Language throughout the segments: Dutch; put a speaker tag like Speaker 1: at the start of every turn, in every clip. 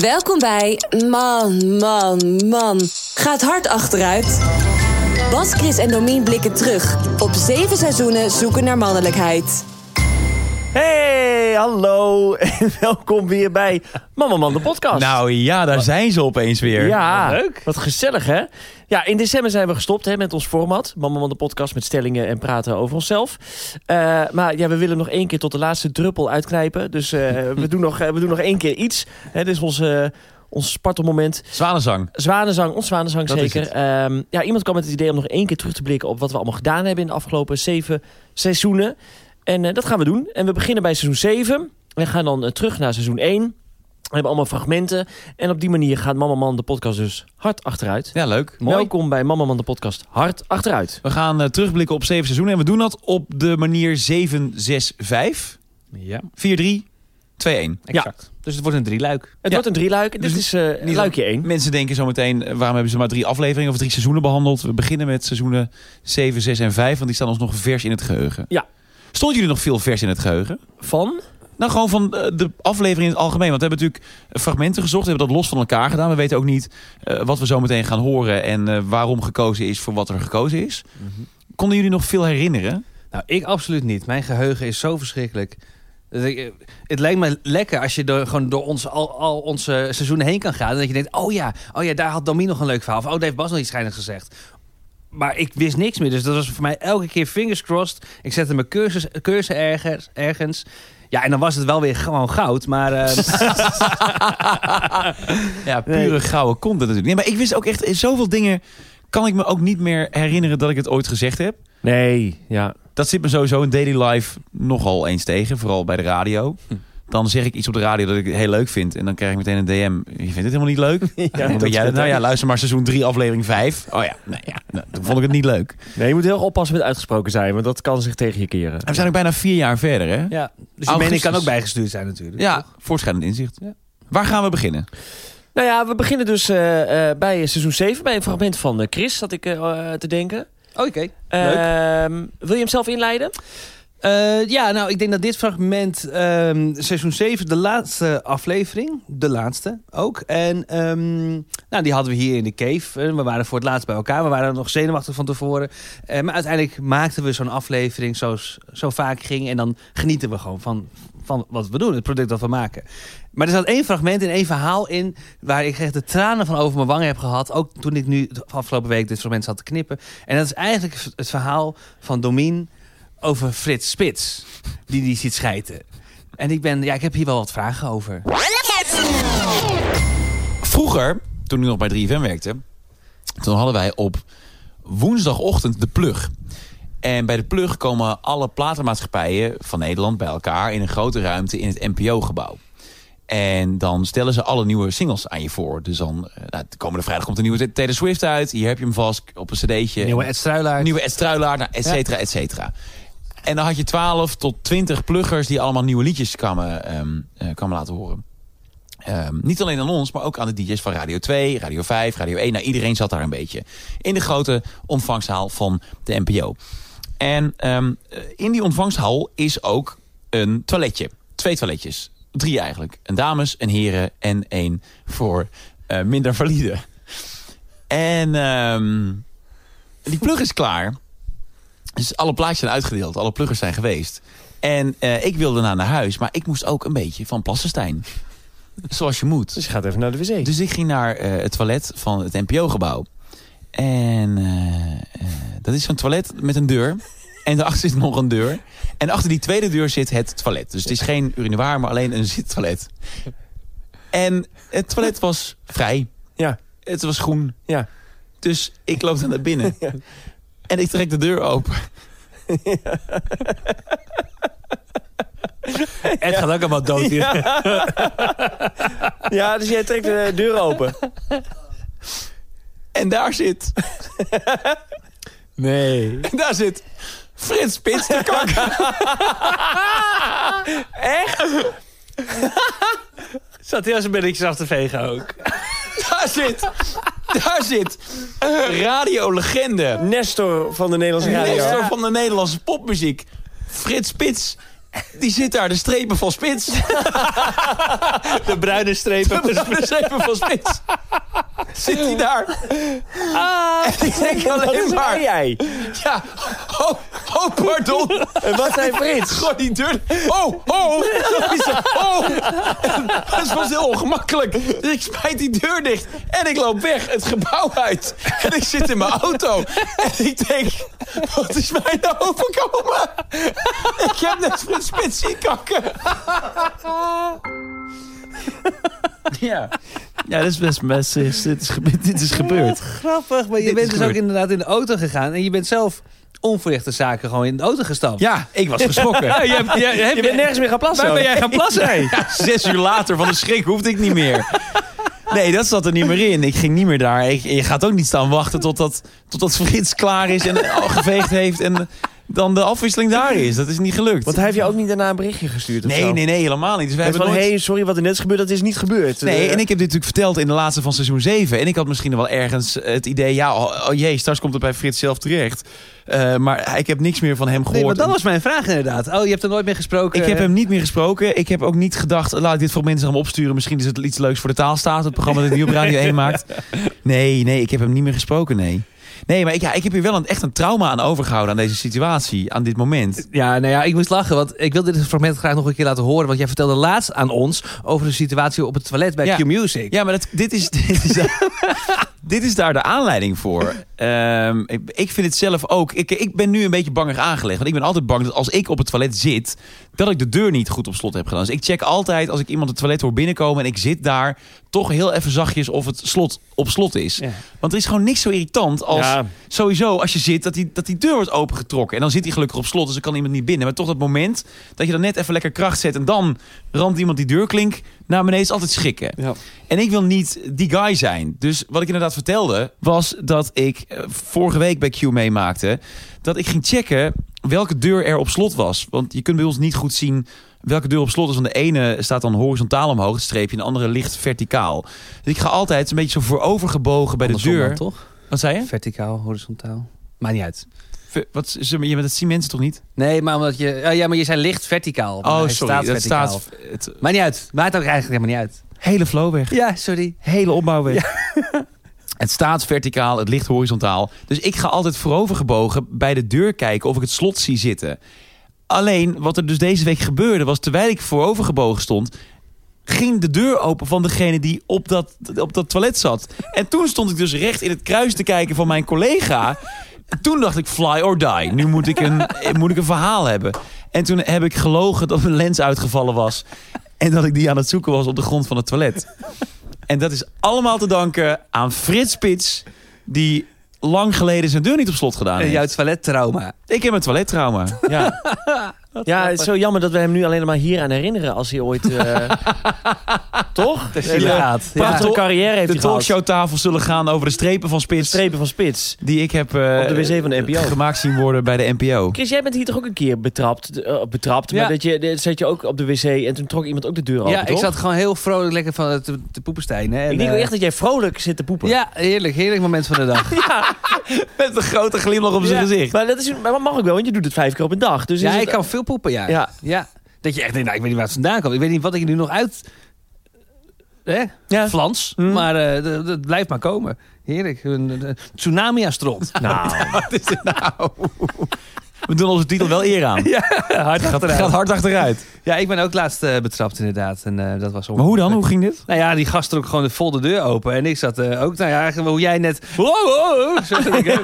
Speaker 1: Welkom bij Man, Man, Man. Gaat hard achteruit. Bas, Chris en Domien blikken terug op zeven seizoenen zoeken naar mannelijkheid.
Speaker 2: Hey, hallo en welkom weer bij Mama Man, de podcast.
Speaker 3: Nou ja, daar zijn ze opeens weer.
Speaker 2: ja,
Speaker 4: wat leuk.
Speaker 2: wat gezellig hè? Ja, in december zijn we gestopt hè, met ons format. Mama Man, de podcast met stellingen en praten over onszelf. Eh, maar ja, we willen nog één keer tot de laatste druppel uitknijpen. Dus eh, we, doen nog, eh, we doen nog één keer iets. Hè, dit is ons, eh ons spartelmoment.
Speaker 3: Zwanenzang.
Speaker 2: Zwanenzang, ons zwanenzang
Speaker 3: Dat is
Speaker 2: zeker.
Speaker 3: het.
Speaker 2: Ehm, ja, iemand kwam met het idee om nog één keer terug te blikken op wat we allemaal gedaan hebben in de afgelopen zeven seizoenen. En eh, dat gaan we doen. En we beginnen bij seizoen 7. We gaan dan eh, terug naar seizoen 1. We hebben allemaal fragmenten. En op die manier gaat Mama Man de podcast dus hard achteruit.
Speaker 3: Ja, leuk. Mooi.
Speaker 2: Welkom bij Mama Man de podcast hard achteruit.
Speaker 3: We gaan eh, terugblikken op zeven seizoenen. En we doen dat op de manier 765,
Speaker 4: Ja,
Speaker 3: 43, 21.
Speaker 4: exact. Dus het wordt een drieluik.
Speaker 2: Het
Speaker 3: Ja.
Speaker 2: wordt een drieluik. Dit
Speaker 3: Dus
Speaker 2: is eh,
Speaker 3: niet
Speaker 2: luikje 1.
Speaker 3: Mensen denken zo meteen, eh, waarom hebben ze maar drie afleveringen of drie seizoenen behandeld? We beginnen met seizoenen 7, 6 en 5, want die staan ons nog vers in het geheugen.
Speaker 2: Ja.
Speaker 3: Stonden jullie nog veel vers in het geheugen?
Speaker 2: Van?
Speaker 3: Nou, gewoon van eh, de aflevering in het algemeen. Want we hebben natuurlijk eh, fragmenten gezocht. We hebben dat los van elkaar gedaan. We weten ook niet eh, wat we zo meteen gaan horen. En eh, waarom gekozen is voor wat er gekozen is. Konden jullie nog veel herinneren?
Speaker 4: Nou, ik absoluut niet. Mijn geheugen is zo verschrikkelijk. Dat ik, eh, Het lijkt me lekker als je door, gewoon door ons, al, al onze seizoenen heen kan gaan. En dat je denkt, oh ja, oh ja, daar had Domien nog een leuk verhaal. Of oh, daar heeft Bas nog iets schijnends gezegd. Maar ik wist niks meer. Dus dat was voor mij elke keer fingers crossed. Ik zette mijn cursus, cursus ergens, ergens. Ja, en dan was het wel weer gewoon goud. Maar eh,
Speaker 3: Ja, pure gouden content natuurlijk. Nee, maar ik wist ook echt eh, zoveel dingen... kan ik me ook niet meer herinneren dat ik het ooit gezegd heb.
Speaker 2: Nee, ja.
Speaker 3: Dat zit me sowieso in daily life nogal eens tegen. Vooral bij de radio. Dan zeg ik iets op de radio dat ik het heel leuk vind. En dan krijg ik meteen een DM. Je vindt het helemaal niet leuk? Ja,
Speaker 2: dat
Speaker 3: jij
Speaker 2: is
Speaker 3: dat nou?
Speaker 2: het.
Speaker 3: Ja, luister maar seizoen 3, aflevering 5. Oh ja, nou ja, nou, toen vond ik het niet leuk.
Speaker 2: Nee, je moet heel erg oppassen met uitgesproken zijn, want dat kan zich tegen je keren.
Speaker 3: En we zijn ook bijna vier jaar verder, hè?
Speaker 4: ja, dus je
Speaker 3: Augustus.
Speaker 4: mening kan ook bijgestuurd zijn natuurlijk.
Speaker 3: Ja, voortschrijdend inzicht.
Speaker 4: Ja.
Speaker 3: Waar gaan we beginnen?
Speaker 2: Nou ja, we beginnen dus eh, eh, bij seizoen 7, bij een fragment van eh, Chris, had ik eh, eh, te denken.
Speaker 4: Oké, leuk.
Speaker 2: Ehm, wil je hem zelf inleiden?
Speaker 4: Eh, ja, nou, ik denk dat dit fragment, ehm, seizoen 7, de laatste aflevering, de laatste ook. En ehm, nou, die hadden we hier in de cave. Eh, We waren voor het laatst bij elkaar, we waren nog zenuwachtig van tevoren. Eh, maar uiteindelijk maakten we zo'n aflevering zoals zo vaak ging. En dan genieten we gewoon van, van wat we doen, het product dat we maken. Maar er zat één fragment in, één verhaal in, waar ik echt de tranen van over mijn wangen heb gehad. Ook toen ik nu de afgelopen week dit fragment zat te knippen. En dat is eigenlijk het verhaal van Domien over Frits Spits, die die ziet schijten. En ik ben, ja, ik heb hier wel wat vragen over.
Speaker 3: Vroeger, toen ik nog bij 3FM werkte, toen hadden wij op woensdagochtend de plug. En bij de plug komen alle platenmaatschappijen van Nederland bij elkaar in een grote ruimte in het NPO-gebouw. En dan stellen ze alle nieuwe singles aan je voor. Dus dan, eh, nou, de komende vrijdag komt een nieuwe Taylor Swift uit. Hier heb je hem vast op een cd'tje.
Speaker 4: Nieuwe Ed Struilaert.
Speaker 3: Nieuwe Ed Struilaert, nou, et cetera, et cetera. En dan had je 12 tot 20 pluggers die allemaal nieuwe liedjes kwamen, ehm, eh, kwamen laten horen. Ehm, niet alleen aan ons, maar ook aan de DJ's van Radio 2, Radio 5, Radio 1. Nou, iedereen zat daar een beetje. In de grote ontvangsthaal van de NPO. En ehm, eh, in die ontvangsthal is ook een toiletje. Twee toiletjes. Drie eigenlijk. Een dames, een heren en één voor eh, minder valide. En ehm, die plug is klaar. Dus alle plaatjes zijn uitgedeeld. Alle pluggers zijn geweest. En eh, ik wilde daarna naar huis. Maar ik moest ook een beetje van Plassenstein. Zoals je moet.
Speaker 2: Dus je gaat even naar de wc.
Speaker 3: Dus ik ging naar eh, het toilet van het NPO-gebouw. En eh, eh, dat is zo'n toilet met een deur. En daarachter zit nog een deur. En achter die tweede deur zit het toilet. Dus het is geen urinoir, maar alleen een zittoilet. En het toilet was vrij.
Speaker 2: Ja.
Speaker 3: Het was groen.
Speaker 2: Ja.
Speaker 3: Dus ik loop dan naar binnen. En ik trek de deur open.
Speaker 4: Ed gaat ook allemaal dood hier.
Speaker 2: Ja, dus jij trekt de deur open.
Speaker 3: En daar zit...
Speaker 2: Nee.
Speaker 3: En daar zit... Frits Spits te kakken.
Speaker 4: Zat hij als een beetje af te vegen ook.
Speaker 3: Daar zit... Daar zit... Radiolegende.
Speaker 2: Nestor van de Nederlandse radio.
Speaker 3: Nestor van de Nederlandse popmuziek. Frits Spits. Die zit daar, de strepen van spits.
Speaker 4: De bruine strepen.
Speaker 3: De strepen van spits. Zit die daar? Ah, ik denk alleen maar.
Speaker 2: jij.
Speaker 3: Ja, oh, oh, pardon.
Speaker 2: En wat zijn Frits?
Speaker 3: Gooi die deur. Oh, oh. Oh. Het was heel ongemakkelijk. Dus ik smijt die deur dicht. En ik loop weg het gebouw uit. En ik zit in mijn auto. En ik denk, wat is mij nou overkomen? Ik heb net mijn spits zien kakken. Ja.
Speaker 2: Ja, dit is best best. Dit is, gebe- dit is gebeurd.
Speaker 4: Grappig, maar je
Speaker 3: Dit
Speaker 4: bent
Speaker 3: is
Speaker 4: dus ook
Speaker 3: gebeurd.
Speaker 4: inderdaad in de auto gegaan. En je bent zelf onverrichte zaken gewoon in de auto gestapt.
Speaker 3: Ja, ik was geschrokken.
Speaker 4: je, hebt- je, hebt-
Speaker 2: Je bent nergens meer gaan plassen.
Speaker 4: Waar ben jij gaan plassen?
Speaker 3: Zes uur later van de schrik hoefde ik niet meer. Nee, dat zat er niet meer in. Ik ging niet meer daar. Ik, je gaat ook niet staan wachten totdat, totdat Frits klaar is en al geveegd heeft. En dan de afwisseling daar is. Dat is niet gelukt.
Speaker 2: Want hij heeft je ook niet daarna een berichtje gestuurd of zo?
Speaker 3: nee, nee, nee, helemaal niet. Dus wij
Speaker 2: Met
Speaker 3: hebben
Speaker 2: van,
Speaker 3: nooit...
Speaker 2: hey, sorry wat er net is gebeurd, dat is niet gebeurd.
Speaker 3: Nee,
Speaker 2: Eh,
Speaker 3: en ik heb dit natuurlijk verteld in de laatste van seizoen 7. En ik had misschien wel ergens het idee... Ja, oh, oh jee, straks komt het bij Frits zelf terecht. Eh, maar ik heb niks meer van hem gehoord.
Speaker 4: Nee, want dat was mijn vraag inderdaad. Oh, je hebt er nooit meer gesproken.
Speaker 3: Ik heb hem niet meer gesproken. Ik heb ook niet gedacht, laat ik dit voor mensen aan hem opsturen. Misschien is het iets leuks voor de taalstaat, het programma dat hij op Radio 1 maakt. Nee, nee, ik heb hem niet meer gesproken, nee. Nee, maar ik, ja, ik heb hier wel een, echt een trauma aan overgehouden aan deze situatie, aan dit moment.
Speaker 4: Ja, nou ja, ik moest lachen, want ik wilde dit fragment graag nog een keer laten horen. Want jij vertelde laatst aan ons over de situatie op het toilet bij
Speaker 3: Ja.
Speaker 4: Q-Music.
Speaker 3: Ja, maar dat, dit, is, dit, is daar, dit is daar de aanleiding voor. Ehm, ik, ik vind het zelf ook. Ik, ik ben nu een beetje bangig aangelegd. Want ik ben altijd bang dat als ik op het toilet zit, dat ik de deur niet goed op slot heb gedaan. Dus ik check altijd als ik iemand het toilet hoor binnenkomen en ik zit daar, toch heel even zachtjes of het slot op slot is.
Speaker 4: Ja.
Speaker 3: Want er is gewoon niks zo irritant als
Speaker 2: Ja.
Speaker 3: sowieso als je zit dat die, dat die deur wordt opengetrokken. En dan zit die gelukkig op slot, dus dan kan iemand niet binnen. Maar toch dat moment dat je dan net even lekker kracht zet en dan ramt iemand die deurklink naar beneden is altijd schrikken.
Speaker 4: Ja.
Speaker 3: En ik wil niet die guy zijn. Dus wat ik inderdaad vertelde was dat ik eh, vorige week bij Q meemaakte dat ik ging checken welke deur er op slot was. Want je kunt bij ons niet goed zien welke deur op slot is. Want de ene staat dan horizontaal omhoog, het streepje, en de andere ligt verticaal. Dus ik ga altijd een beetje zo voorovergebogen bij
Speaker 4: Andersom
Speaker 3: de
Speaker 4: dan,
Speaker 3: deur.
Speaker 4: toch?
Speaker 3: Wat zei je?
Speaker 4: Verticaal, horizontaal. Maakt niet uit.
Speaker 3: Ver- wat, ze- je bent dat zien mensen toch niet?
Speaker 4: Nee, maar omdat je... ah, ja, maar je zei licht verticaal. maar hij Staat
Speaker 3: Oh, dat
Speaker 4: verticaal.
Speaker 3: staat het
Speaker 4: Maakt niet uit. Maakt ook eigenlijk helemaal niet uit.
Speaker 3: hele flow weg.
Speaker 4: Ja, sorry.
Speaker 3: Hele opbouw weg. Het staat verticaal, het ligt horizontaal. Dus ik ga altijd voorovergebogen bij de deur kijken of ik het slot zie zitten. Alleen wat er dus deze week gebeurde was terwijl ik voorovergebogen stond, ging de deur open van degene die op dat, op dat toilet zat. En toen stond ik dus recht in het kruis te kijken van mijn collega. Toen dacht ik fly or die. Nu moet ik een, moet ik een verhaal hebben. En toen heb ik gelogen dat mijn lens uitgevallen was en dat ik die aan het zoeken was op de grond van het toilet. En dat is allemaal te danken aan Frits Spits, die lang geleden zijn deur niet op slot gedaan
Speaker 4: Eh,
Speaker 3: heeft.
Speaker 4: Jouw toilettrauma.
Speaker 3: Ik heb een toilettrauma. Ja.
Speaker 2: Ja, het is zo jammer dat we hem nu alleen maar hier aan herinneren als hij ooit... eh, toch?
Speaker 4: Dat is
Speaker 2: Een, eh,
Speaker 4: inderdaad. Ja.
Speaker 2: Prachtige carrière heeft
Speaker 3: De
Speaker 2: hij gehad.
Speaker 3: talkshowtafels zullen gaan over de strepen van Spits,
Speaker 2: Strepen van spits.
Speaker 3: die ik heb eh,
Speaker 2: Op de wc van de NPO.
Speaker 3: gemaakt zien worden bij de NPO.
Speaker 2: Chris, jij bent hier toch ook een keer betrapt? eh, betrapt
Speaker 4: Ja.
Speaker 2: Maar dat je, dat zat je ook op de wc en toen trok iemand ook de deur open,
Speaker 4: Ja, ik
Speaker 2: toch?
Speaker 4: zat gewoon heel vrolijk lekker van het te, te poepenstijnen. En,
Speaker 2: Ik denk ook
Speaker 4: eh,
Speaker 2: echt dat jij vrolijk zit te poepen.
Speaker 4: Ja, heerlijk. Heerlijk moment van de dag.
Speaker 3: Met een grote glimlach op zijn
Speaker 2: Ja.
Speaker 3: gezicht.
Speaker 2: Maar dat, is, maar dat mag ook wel, want je doet het vijf keer op een dag. Dus
Speaker 4: ja,
Speaker 2: is het-
Speaker 4: ik kan veel poepen, ja.
Speaker 2: Ja.
Speaker 4: Dat je echt denkt, nou, ik weet niet waar het vandaan komt. Ik weet niet wat ik er nu nog uit... Hè?
Speaker 2: Ja.
Speaker 4: Flans.
Speaker 2: Hmm.
Speaker 4: Maar eh, dat- dat blijft maar komen. Heerlijk. Een, een- een tsunami aan stront.
Speaker 2: Nou,
Speaker 3: Wat is dit nou? We doen onze titel wel eer aan.
Speaker 4: Hard
Speaker 3: Gaat, gaat hard achteruit.
Speaker 4: Ja, ik ben ook laatst eh, betrapt inderdaad. En, eh, dat was
Speaker 3: Maar hoe dan? Hoe ging dit?
Speaker 4: Nou ja, die gast trok gewoon de vol de deur open. En ik zat eh, ook, nou ja, gewoon hoe jij net... Wow, wow, wow, zo zat ik ook.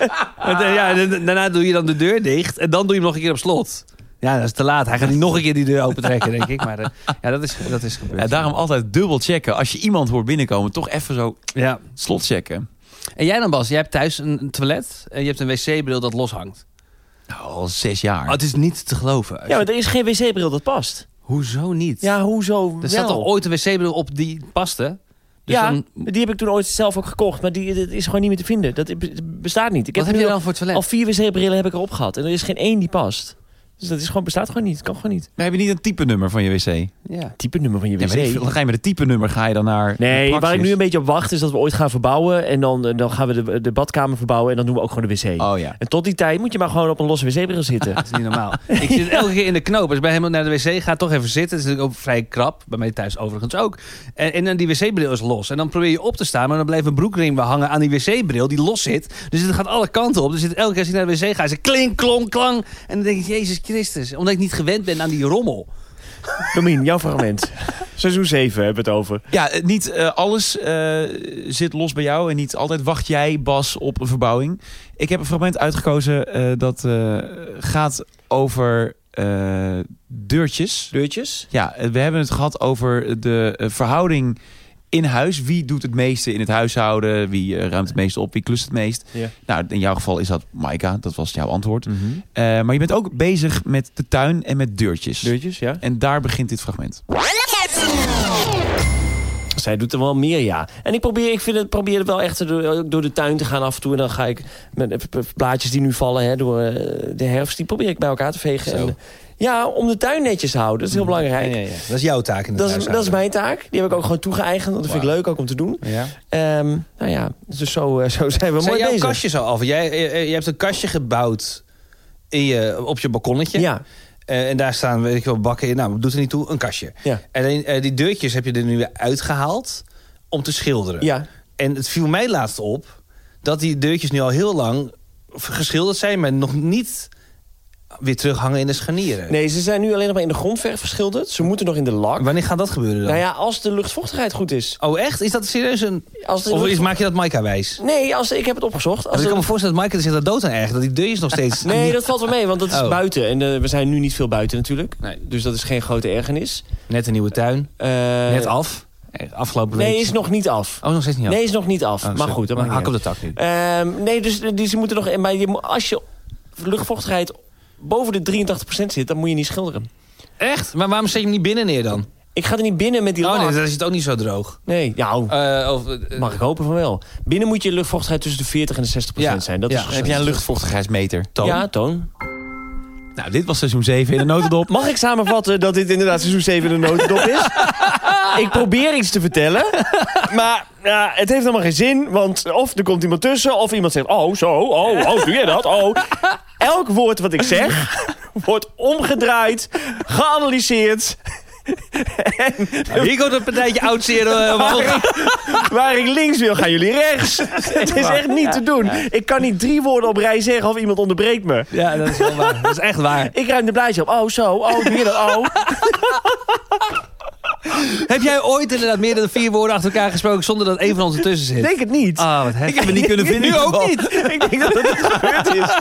Speaker 4: Want, eh, ja, en dan- daarna doe je dan de deur dicht. En dan doe je hem nog een keer op slot. Ja, dat is te laat. Hij gaat niet nog een keer die deur open trekken, denk ik. Maar eh, ja, dat is, dat is gebeurd.
Speaker 3: Ja, daarom altijd dubbel checken. Als je iemand hoort binnenkomen, toch even zo
Speaker 4: Ja.
Speaker 3: slot checken.
Speaker 4: En jij dan, Bas? Jij hebt thuis een, een toilet en je hebt een wc-bril dat loshangt.
Speaker 3: Nou, al zes jaar.
Speaker 4: Oh, het is niet te geloven.
Speaker 2: ja, maar er is geen wc-bril dat past.
Speaker 4: Hoezo niet?
Speaker 2: Ja, hoezo
Speaker 4: er zat
Speaker 2: wel?
Speaker 4: toch ooit een wc-bril op die paste? Dus
Speaker 2: ja,
Speaker 4: dan,
Speaker 2: die heb ik toen ooit zelf ook gekocht. Maar die dat is gewoon niet meer te vinden. Dat b- bestaat niet. Ik
Speaker 4: wat heb
Speaker 2: nu
Speaker 4: je
Speaker 2: al,
Speaker 4: dan voor toilet?
Speaker 2: al vier wc-brillen heb ik erop gehad. En er is geen één die past. Dus dat is gewoon, bestaat gewoon niet. Kan gewoon niet.
Speaker 3: Maar heb je niet een type nummer van je wc?
Speaker 4: Ja.
Speaker 2: Type nummer van je
Speaker 3: Ja,
Speaker 2: wc.
Speaker 3: maar ik, dan ga je met het type nummer ga je dan naar.
Speaker 2: Nee, waar
Speaker 3: de
Speaker 2: ik nu
Speaker 3: praxis.
Speaker 2: een beetje op wacht is dat we ooit gaan verbouwen. En dan, eh, dan gaan we de, de badkamer verbouwen en dan doen we ook gewoon de wc.
Speaker 3: Oh ja.
Speaker 2: En tot die tijd moet je maar gewoon op een losse wc-bril zitten.
Speaker 4: Dat is niet normaal. Ik zit elke keer in de knoop. Als ik bij hem naar de wc ga, toch even zitten. Dat is natuurlijk ook vrij krap. Bij mij thuis overigens ook. En, en dan die wc-bril is los. En dan probeer je op te staan, maar dan blijft een broekring weer hangen aan die wc-bril die los zit. Dus het gaat alle kanten op. Dus het- elke keer als ik naar de wc ga, is het klink, klonk, klang. En dan denk ik, Jezus Christus. Omdat ik niet gewend ben aan die rommel.
Speaker 2: Domien, jouw fragment. Seizoen 7 hebben we het over.
Speaker 3: Ja, eh, niet eh, alles eh, zit los bij jou en niet altijd wacht jij, Bas, op een verbouwing. Ik heb een fragment uitgekozen eh, dat eh, gaat over eh, deurtjes.
Speaker 2: Deurtjes?
Speaker 3: Ja, eh, we hebben het gehad over de eh, verhouding in huis. Wie doet het meeste in het huishouden? Wie eh, ruimt het meest op? Wie klust het meest?
Speaker 2: Ja. Mhm.
Speaker 3: Nou, in jouw geval is dat Maika. Dat was jouw antwoord. Eh, maar je bent ook bezig met de tuin en met deurtjes.
Speaker 2: Deurtjes, ja.
Speaker 3: En daar begint dit fragment.
Speaker 2: Zij doet er wel meer, ja. En ik probeer, ik vind het, probeer het wel echt te doen, ook door de tuin te gaan af en toe. En dan ga ik met eh, p- p- plaatjes die nu vallen hè, door eh, de herfst, die probeer ik bij elkaar te vegen.
Speaker 3: Zo.
Speaker 2: En, eh, ja, om de tuin netjes te houden. Dat is heel belangrijk.
Speaker 4: Dat is jouw taak in
Speaker 2: Dat is, dat is mijn taak. Die heb ik ook gewoon toegeëigend. Want dat vind ik leuk ook om te doen.
Speaker 4: Ja.
Speaker 2: Ehm, nou ja, dus zo, eh, zo zijn we
Speaker 4: Zijn
Speaker 2: mooi
Speaker 4: jouw
Speaker 2: bezig.
Speaker 4: kastjes al af? Jij, eh, eh, je hebt een kastje gebouwd in je, op je balkonnetje.
Speaker 2: Ja,
Speaker 4: Eh, en daar staan, weet ik wel, bakken in. Nou, doet er niet toe, een kastje.
Speaker 2: ja,
Speaker 4: En eh, die deurtjes heb je er nu weer uitgehaald om te schilderen.
Speaker 2: ja.
Speaker 4: En het viel mij laatst op dat die deurtjes nu al heel lang geschilderd zijn... maar nog niet weer terughangen in de scharnieren.
Speaker 2: Nee, ze zijn nu alleen nog maar in de grondverf verschilderd. Ze moeten nog in de lak.
Speaker 4: Wanneer gaat dat gebeuren dan?
Speaker 2: Nou ja, als de luchtvochtigheid goed is.
Speaker 4: Oh, echt? Is dat serieus een...
Speaker 2: Als de
Speaker 4: Of is,
Speaker 2: luchtvocht-
Speaker 4: maak je dat Maika wijs?
Speaker 2: Nee, als, ik heb het opgezocht. Als
Speaker 4: Want ik
Speaker 2: de-
Speaker 4: kan me voorstellen dat Maika er zich daar dood aan ergert... dat die deurtjes nog steeds...
Speaker 2: Nee, dat valt wel mee, want dat is
Speaker 4: Oh.
Speaker 2: buiten. En eh, we zijn nu niet veel buiten natuurlijk.
Speaker 4: Nee.
Speaker 2: Dus dat is geen grote ergernis.
Speaker 4: Net een nieuwe tuin,
Speaker 2: Eh,
Speaker 4: net af. Eh, Afgelopen
Speaker 2: Nee,
Speaker 4: week.
Speaker 2: is nog niet af.
Speaker 4: Oh, nog steeds niet af?
Speaker 2: Nee, is nog niet af.
Speaker 4: Oh,
Speaker 2: maar
Speaker 4: sorry.
Speaker 2: goed, dat maakt
Speaker 4: Hak
Speaker 2: niet
Speaker 4: op
Speaker 2: uit.
Speaker 4: de tak nu.
Speaker 2: Ehm, nee, dus die, ze moeten nog... Maar je, moet- als je luchtvochtigheid boven de 83% zit, dan moet je niet schilderen.
Speaker 4: Echt? Maar waarom zet je hem niet binnen neer dan?
Speaker 2: Ik ga er niet binnen met die
Speaker 4: Oh
Speaker 2: lak.
Speaker 4: nee, dan is het ook niet zo droog.
Speaker 2: Nee, ja, oh,
Speaker 4: Eh, of, eh,
Speaker 2: mag ik hopen van wel. Binnen moet je luchtvochtigheid tussen de 40 en de 60%
Speaker 4: Ja,
Speaker 2: zijn. Dat
Speaker 4: ja.
Speaker 2: is gezond.
Speaker 3: Heb jij een luchtvochtigheidsmeter?
Speaker 4: Toon?
Speaker 2: Ja, Toon.
Speaker 3: Nou, dit was seizoen 7 in de notendop.
Speaker 2: Mag ik samenvatten dat dit inderdaad seizoen 7 in de notendop is? ik probeer iets te vertellen, maar ja, het heeft helemaal geen zin. Want of er komt iemand tussen, of iemand zegt... Oh, zo, oh, oh, doe jij dat? Oh. Elk woord wat ik zeg wordt omgedraaid, geanalyseerd...
Speaker 4: Hier komt een partijtje oud zeer eh, omhoog.
Speaker 2: Waar ik links wil, gaan jullie rechts. Het is echt niet te doen. Ik kan niet drie woorden op rij zeggen of iemand onderbreekt me.
Speaker 4: Ja, dat is wel waar. Dat is echt waar.
Speaker 2: Ik ruim de blaadje op. Oh, zo. Oh, doe je dat? Oh.
Speaker 4: Heb jij ooit inderdaad meer dan vier woorden achter elkaar gesproken zonder dat één van ons ertussen
Speaker 2: Ik
Speaker 4: zit?
Speaker 2: denk het niet.
Speaker 4: Ah, wat heftig.
Speaker 3: heb het niet kunnen vinden.
Speaker 4: Nu ook niet.
Speaker 2: Ik denk dat het niet gebeurd is.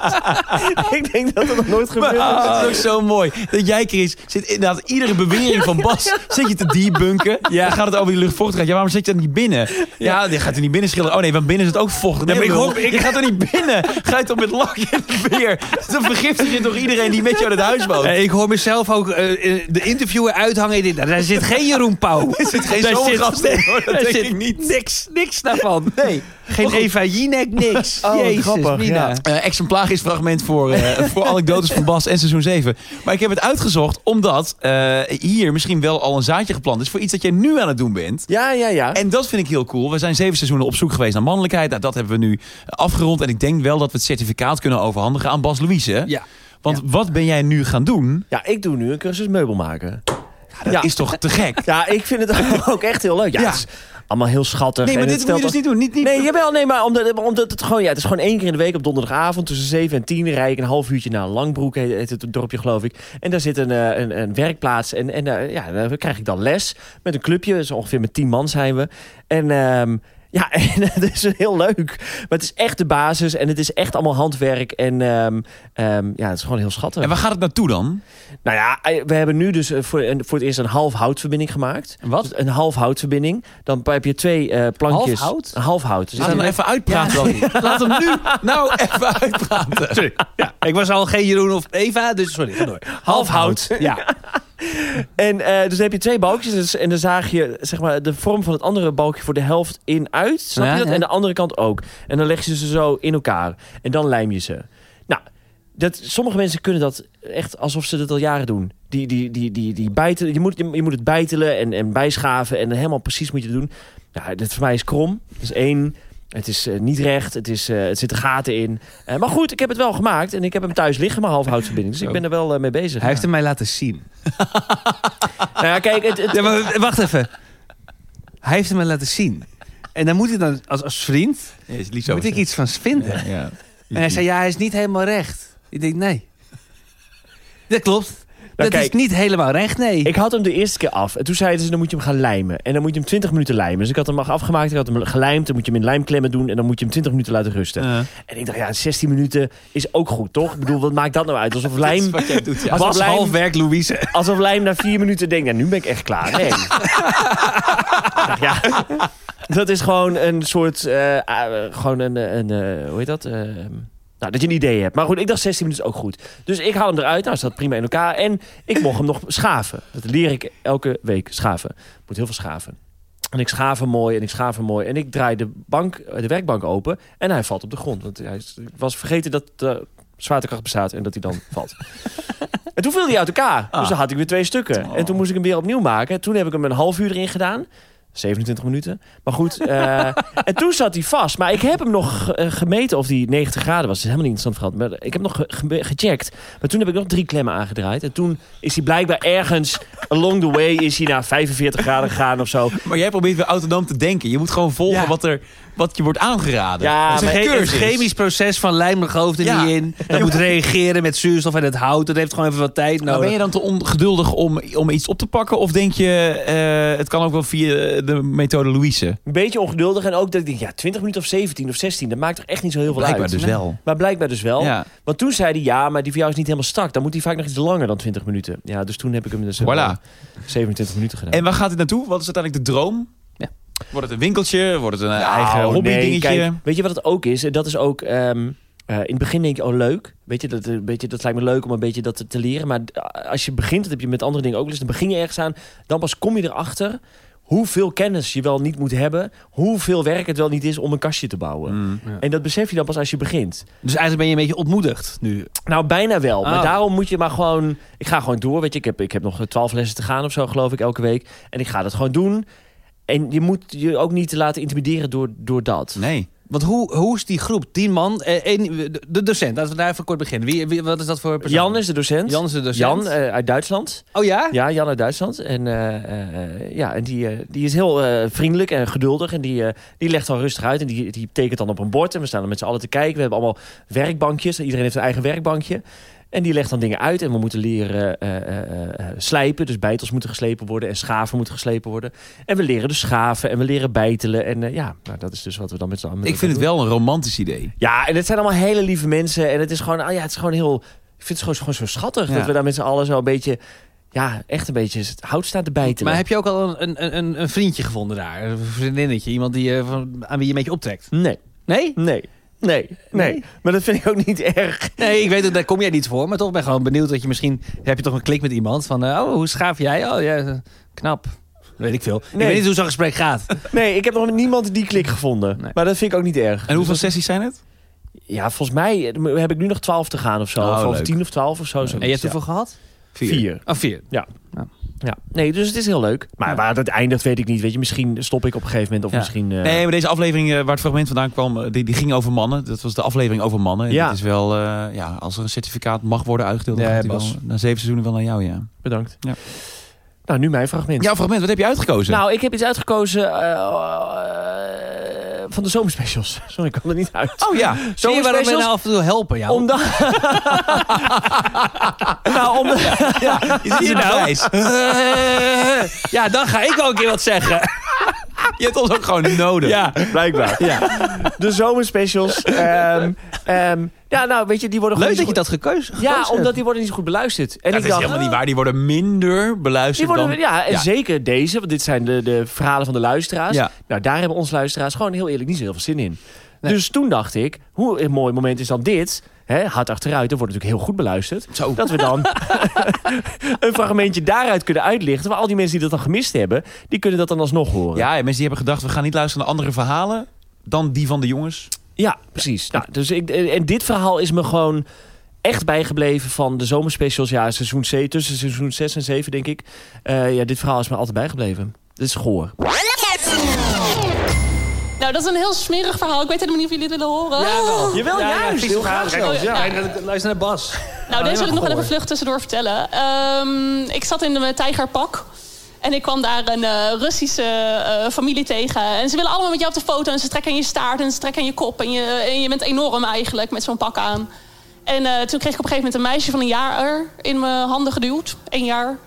Speaker 2: Ik denk dat het nog nooit gebeurd is.
Speaker 3: Ah, Dat is ook zo mooi. Dat jij, Chris, zit inderdaad iedere bewering van Bas zit je te debunken. Ja. Dan gaat het over die luchtvochtigheid. Ja, waarom zit je dan niet binnen? Ja, die gaat er niet binnen schilderen. Oh nee, want binnen is het ook vochtig. Nee,
Speaker 4: maar ik
Speaker 3: lul.
Speaker 4: hoop- ik-
Speaker 3: Je gaat er niet binnen. Ga je toch met lak in het weer. Dan vergiftig je toch iedereen die met jou in het huis woont.
Speaker 4: Eh, ik hoor mezelf ook eh, eh, de interviewer uithangen. in dit. Nou, Daar zit geen Jeroen Pauw.
Speaker 3: Er zit geen
Speaker 4: Daar zit-
Speaker 3: zomergast in, hoor. Dat
Speaker 4: daar
Speaker 3: denk
Speaker 4: zit
Speaker 3: ik niet.
Speaker 4: Niks, niks daarvan. Nee. Geen Eva Jinek, niks.
Speaker 2: Oh, wat
Speaker 4: Jezus,
Speaker 2: grappig,
Speaker 4: Mina.
Speaker 2: ja.
Speaker 3: Eh, exemplarisch fragment voor, eh, voor anekdotes van Bas en seizoen 7. Maar ik heb het uitgezocht omdat eh, hier misschien wel al een zaadje geplant is voor iets dat jij nu aan het doen bent.
Speaker 2: Ja, ja, ja.
Speaker 3: En dat vind ik heel cool. We zijn zeven seizoenen op zoek geweest naar mannelijkheid. Nou, dat hebben we nu afgerond. En ik denk wel dat we het certificaat kunnen overhandigen aan Bas Louise.
Speaker 4: Ja.
Speaker 3: Want wat ben jij nu gaan doen?
Speaker 2: Ja, ik doe nu een cursus meubel maken.
Speaker 3: Dat
Speaker 2: Ja.
Speaker 3: is toch te gek?
Speaker 2: Ja, ik vind het ook echt heel leuk. Ja,
Speaker 3: Ja.
Speaker 2: het is allemaal heel schattig.
Speaker 3: Nee, maar
Speaker 2: en het
Speaker 3: dit moet je dus
Speaker 2: stelt
Speaker 3: niet doen. Niet, niet...
Speaker 2: Nee, jawel, nee, maar omdat, omdat het gewoon, ja, het is gewoon één keer in de week op donderdagavond tussen 7 en 10 rij ik een half uurtje naar Langbroek, heet, heet het dorpje geloof ik. En daar zit een, eh, een, een werkplaats en, en eh, ja, daar krijg ik dan les met een clubje, dus ongeveer met 10 man zijn we. En ehm, ja, en het is heel leuk. Maar het is echt de basis en het is echt allemaal handwerk en ehm, ehm, ja, het is gewoon heel schattig.
Speaker 3: En waar gaat het naartoe dan?
Speaker 2: Nou ja, eh, we hebben nu dus eh, voor, een- voor het eerst een half houtverbinding gemaakt.
Speaker 4: Wat?
Speaker 2: Dus een half houtverbinding. Dan heb je twee eh, plankjes.
Speaker 4: Half hout? Ah,
Speaker 2: Een half hout. Dus
Speaker 3: Laat
Speaker 2: dan-
Speaker 3: hem even uitpraten. Laat hem nu nou even uitpraten.
Speaker 4: Sorry. Ja, ik was al geen Jeroen of Eva, dus sorry, ga door.
Speaker 2: Half hout.
Speaker 4: Ja.
Speaker 2: En eh, dus dan heb je twee balkjes dus- en dan zaag je zeg maar, de vorm van het andere balkje voor de helft in uit. Snap
Speaker 4: Ja,
Speaker 2: je dat?
Speaker 4: ja.
Speaker 2: En de andere kant ook. En dan leg je ze zo in elkaar. En dan lijm je ze. Nou, Dat, sommige mensen kunnen dat echt alsof ze dat al jaren doen. Die, die, die, die, die bijtelen, je, moet, je, moet het bijtelen en, en bijschaven en helemaal precies moet je het doen. Ja, dit voor mij is krom. Dat is één. Het is eh, niet recht. Het, is, eh, het zitten gaten in. Eh, maar goed, ik heb het wel gemaakt. En ik heb hem thuis liggen, mijn halfhoutverbinding. Dus ik ben er wel eh, mee bezig.
Speaker 4: Hij heeft hem mij laten zien.
Speaker 2: Nou ja, kijk, het, het-
Speaker 4: Ja, maar eh, wacht even. Hij heeft hem mij laten zien. En dan moet hij dan als, als vriend,
Speaker 3: Ja, is lief zo
Speaker 4: moet ik
Speaker 3: gezegd.
Speaker 4: iets van vinden.
Speaker 3: Ja.
Speaker 4: En hij zei, ja, hij is niet helemaal recht. Ik denk, nee. Dat klopt. dat
Speaker 2: kijk.
Speaker 4: is niet helemaal recht, nee.
Speaker 2: Ik had hem de eerste keer af. En toen zeiden ze, dan moet je hem gaan lijmen. En dan moet je hem 20 minuten lijmen. Dus ik had hem al afgemaakt, ik had hem gelijmd. Dan moet je hem in lijmklemmen doen. En dan moet je hem 20 minuten laten rusten.
Speaker 3: Ja.
Speaker 2: En ik dacht, ja, 16 minuten is ook goed, toch? Ik bedoel, wat maakt dat nou uit? Alsof
Speaker 3: Dat is
Speaker 2: lijm,
Speaker 3: wat jij doet, ja.
Speaker 2: Als-
Speaker 4: was
Speaker 2: Lijm-
Speaker 4: half werk, Louise.
Speaker 2: alsof lijm na 4 minuten denkt, nou, nu ben ik echt klaar. Nee. ja. Dat is gewoon een soort, eh, ah, eh, gewoon een, eh, een eh, hoe heet dat? Eh, nou, dat je een idee hebt. Maar goed, ik dacht 16 minuten is ook goed. Dus ik haal hem eruit. Nou, staat prima in elkaar. En ik mocht hem nog schaven. Dat leer ik elke week, schaven. Ik moet heel veel schaven. En ik schaaf hem mooi en ik schaaf hem mooi. En ik draai de, bank, de werkbank open en hij valt op de grond. Want hij is- ik was vergeten dat de zwaartekracht bestaat en dat hij dan valt. en toen viel hij uit elkaar. Dus dan had ik weer twee stukken. En toen moest ik hem weer opnieuw maken. Toen heb ik hem een half uur erin gedaan. 27 minuten. Maar goed, eh, en toen zat hij vast. Maar ik heb hem nog eh, gemeten of die 90 graden was. Dat is helemaal niet interessant verhaal. Maar ik heb nog ge- ge- gecheckt. Maar toen heb ik nog drie klemmen aangedraaid. En toen is hij blijkbaar ergens along the way... is hij naar 45 graden gegaan of zo.
Speaker 3: Maar jij probeert weer autonoom te denken. Je moet gewoon volgen
Speaker 2: Ja.
Speaker 3: wat, er, wat je wordt aangeraden. Nou,
Speaker 2: Ja,
Speaker 3: dat is
Speaker 2: maar
Speaker 3: een
Speaker 4: Ge- het
Speaker 3: cursus.
Speaker 4: chemisch proces van lijm gelooft er
Speaker 3: Ja.
Speaker 4: niet in. Dat moet reageren met zuurstof en het hout. Dat heeft gewoon even wat tijd
Speaker 3: Maar
Speaker 2: Nou,
Speaker 4: nodig.
Speaker 3: ben je dan te ongeduldig om, om iets op te pakken? Of denk je, eh, het kan ook wel via de methode Louise?
Speaker 2: Een beetje ongeduldig. En ook dat ik denk, ja, 20 minuten of 17 of 16... dat maakt toch echt niet zo heel veel
Speaker 3: Blijkbaar
Speaker 2: uit.
Speaker 3: dus wel.
Speaker 2: Maar blijkbaar dus wel.
Speaker 3: Ja.
Speaker 2: Want toen zei hij, ja, maar die van jou is niet helemaal strak. Dan moet hij vaak nog iets langer dan 20 minuten. Ja, dus toen heb ik hem dus eh,
Speaker 3: Voilà.
Speaker 2: 27 minuten gedaan.
Speaker 3: En waar gaat dit naartoe? Wat is uiteindelijk de droom?
Speaker 4: Ja.
Speaker 3: Wordt het een winkeltje? Wordt het een
Speaker 2: Nou,
Speaker 3: eigen
Speaker 2: nee,
Speaker 3: hobby-dingetje?
Speaker 2: kijk, weet je wat het ook is? Dat is ook... ehm, eh, in het begin denk je, oh leuk. Weet je, dat, eh, weet je, dat lijkt me leuk om een beetje dat te, te leren. Maar d- als je begint, dat heb je met andere dingen ook wel eens. Dan begin je ergens aan. Dan pas kom je erachter hoeveel kennis je wel niet moet hebben. Hoeveel werk het wel niet is om een kastje te bouwen.
Speaker 3: Mm.
Speaker 2: En dat besef je dan pas als je begint.
Speaker 4: Dus eigenlijk ben je een beetje ontmoedigd nu.
Speaker 2: Nou, bijna wel. Maar
Speaker 4: Oh.
Speaker 2: daarom moet je maar gewoon... Ik ga gewoon door, weet je. Ik heb, ik heb nog twaalf lessen te gaan of zo, geloof ik, elke week. En ik ga dat gewoon doen. En je moet je ook niet laten intimideren door, door dat.
Speaker 3: Nee.
Speaker 4: Want hoe, hoe is die groep? Tien man, eh, één- de- de docent. Laten we daar even kort beginnen. Wie, wie- wat is dat voor persoon?
Speaker 2: Jan is de docent.
Speaker 4: Jan is de docent.
Speaker 2: Jan eh, uit Duitsland.
Speaker 4: oh ja?
Speaker 2: Ja, Jan uit Duitsland. En, eh, eh, eh, ja, en die, eh, die is heel eh, vriendelijk en geduldig. En die, eh, die legt dan rustig uit. En die, die tekent dan op een bord. En we staan er met z'n allen te kijken. We hebben allemaal werkbankjes. Iedereen heeft een eigen werkbankje. En die legt dan dingen uit. En we moeten leren eh, eh, eh, eh, slijpen. Dus bijtels moeten geslepen worden. En schaven moeten geslepen worden. En we leren dus schaven. En we leren bijtelen. En eh, ja, nou, dat is dus wat we dan met z'n allen
Speaker 3: Ik vind het
Speaker 2: doen.
Speaker 3: wel een romantisch idee.
Speaker 2: Ja, en het zijn allemaal hele lieve mensen. En het is gewoon, ah ja, het is gewoon heel. Ik vind het gewoon, gewoon zo schattig
Speaker 3: Ja.
Speaker 2: dat we daar met z'n allen zo een beetje. Ja, echt een beetje het hout staan te bijten.
Speaker 4: Maar heb je ook al een, een, een, een vriendje gevonden daar? Een vriendinnetje? Iemand die, eh, van, aan wie je een beetje optrekt?
Speaker 2: Nee,
Speaker 4: Nee?
Speaker 2: nee, nee, nee,
Speaker 4: Nee?
Speaker 2: Maar dat vind ik ook niet erg.
Speaker 4: Nee, ik weet dat daar kom jij niet voor. Maar toch ben ik gewoon benieuwd dat je misschien... Heb je toch een klik met iemand van... eh, oh, hoe schaaf jij? Oh, ja, eh, knap. Weet ik veel.
Speaker 2: Nee.
Speaker 4: Ik weet niet hoe zo'n gesprek gaat.
Speaker 2: Nee, ik heb nog niemand die klik gevonden.
Speaker 4: Nee.
Speaker 2: Maar Dus dat vind ik ook niet erg.
Speaker 3: En hoeveel sessies zijn het?
Speaker 2: Ja, volgens mij eh, heb ik nu nog twaalf te gaan of zo.
Speaker 3: Oh,
Speaker 2: of over
Speaker 3: leuk.
Speaker 2: tien of twaalf of zo.
Speaker 3: En
Speaker 2: zoiets,
Speaker 4: En je hebt
Speaker 2: ja.
Speaker 4: hoeveel gehad?
Speaker 2: Vier.
Speaker 4: Oh, vier.
Speaker 2: Ja. Nee, dus het is heel leuk. Maar
Speaker 4: Ja.
Speaker 2: waar het eindigt, weet ik niet. Weet je, misschien stop ik op een gegeven moment. Of
Speaker 3: Ja.
Speaker 2: misschien... eh,
Speaker 3: Nee, maar deze aflevering eh, waar het fragment vandaan kwam, eh, die, die ging over mannen. Dat was de aflevering over mannen. En
Speaker 2: Ja.
Speaker 3: dit is wel, eh, ja, als er een certificaat mag worden uitgedeeld, dan
Speaker 4: Ja,
Speaker 3: gaat die
Speaker 4: Bas.
Speaker 3: wel na zeven seizoenen wel naar jou, ja.
Speaker 2: Bedankt.
Speaker 3: Ja.
Speaker 2: Nou, nu mijn fragment.
Speaker 3: Jouw fragment, wat heb je uitgekozen?
Speaker 2: Nou, ik heb iets uitgekozen eh, eh, van de zomerspecials. Sorry, ik kwam er niet uit.
Speaker 3: oh ja.
Speaker 4: Zie je waarom we nou
Speaker 2: Zomerspecials?
Speaker 4: af en toe helpen jou?
Speaker 2: Omdat... nou, om...
Speaker 3: Je ziet
Speaker 4: nou?
Speaker 3: nou.
Speaker 4: ja, dan ga ik ook een keer wat zeggen.
Speaker 3: Je hebt ons ook gewoon nodig.
Speaker 2: Ja, blijkbaar. De zomerspecials. ehm, ehm, ja, nou, weet je, die worden gewoon
Speaker 4: Leuk dat je
Speaker 2: niet
Speaker 4: dat gekozen
Speaker 2: zo goed-
Speaker 4: gekozen hebt.
Speaker 2: Ja, omdat die worden niet zo goed beluisterd. En
Speaker 3: Dat
Speaker 2: ik
Speaker 3: is
Speaker 2: dacht, "Ah,
Speaker 3: helemaal niet waar. Die worden minder
Speaker 2: Die
Speaker 3: beluisterd
Speaker 2: worden,
Speaker 3: dan...
Speaker 2: ja, en
Speaker 3: Ja.
Speaker 2: zeker deze, want dit zijn de, de verhalen van de luisteraars.
Speaker 3: Ja.
Speaker 2: Nou, daar hebben ons luisteraars gewoon heel eerlijk niet zo heel veel zin in.
Speaker 4: Nee.
Speaker 2: Dus toen dacht ik, hoe een mooi moment is dan dit? Hè, hard achteruit, dat wordt natuurlijk heel goed beluisterd.
Speaker 3: Zo.
Speaker 2: Dat we dan een fragmentje daaruit kunnen uitlichten. Waar al die mensen die dat dan gemist hebben, die kunnen dat dan alsnog horen.
Speaker 3: Ja, en mensen die hebben gedacht, we gaan niet luisteren naar andere verhalen dan die van de jongens.
Speaker 2: eh, Ja, precies. Nou, dus ik, en dit verhaal is me gewoon echt bijgebleven van de zomerspecials. Ja, seizoen C, tussen seizoen 6 en 7, denk ik. Eh, ja, dit verhaal is me altijd bijgebleven. Dit is goor.
Speaker 5: Nou, dat is een heel smerig verhaal. Ik weet helemaal niet of jullie het willen horen. Nou,
Speaker 2: Jawel, juist. Heel graag zo.
Speaker 5: Oh, ja.
Speaker 4: Luister naar Bas.
Speaker 5: Nou, deze wil ik nog wel
Speaker 4: Goor.
Speaker 5: even vlug tussendoor vertellen. Ehm, ik zat in mijn tijgerpak. En ik kwam daar een eh, Russische eh, familie tegen. En ze willen allemaal met jou op de foto. En ze trekken aan je staart en ze trekken aan je kop. En je, en je bent enorm eigenlijk met zo'n pak aan. En eh, toen kreeg ik op een gegeven moment een meisje van een jaar er in mijn handen geduwd. Een jaar.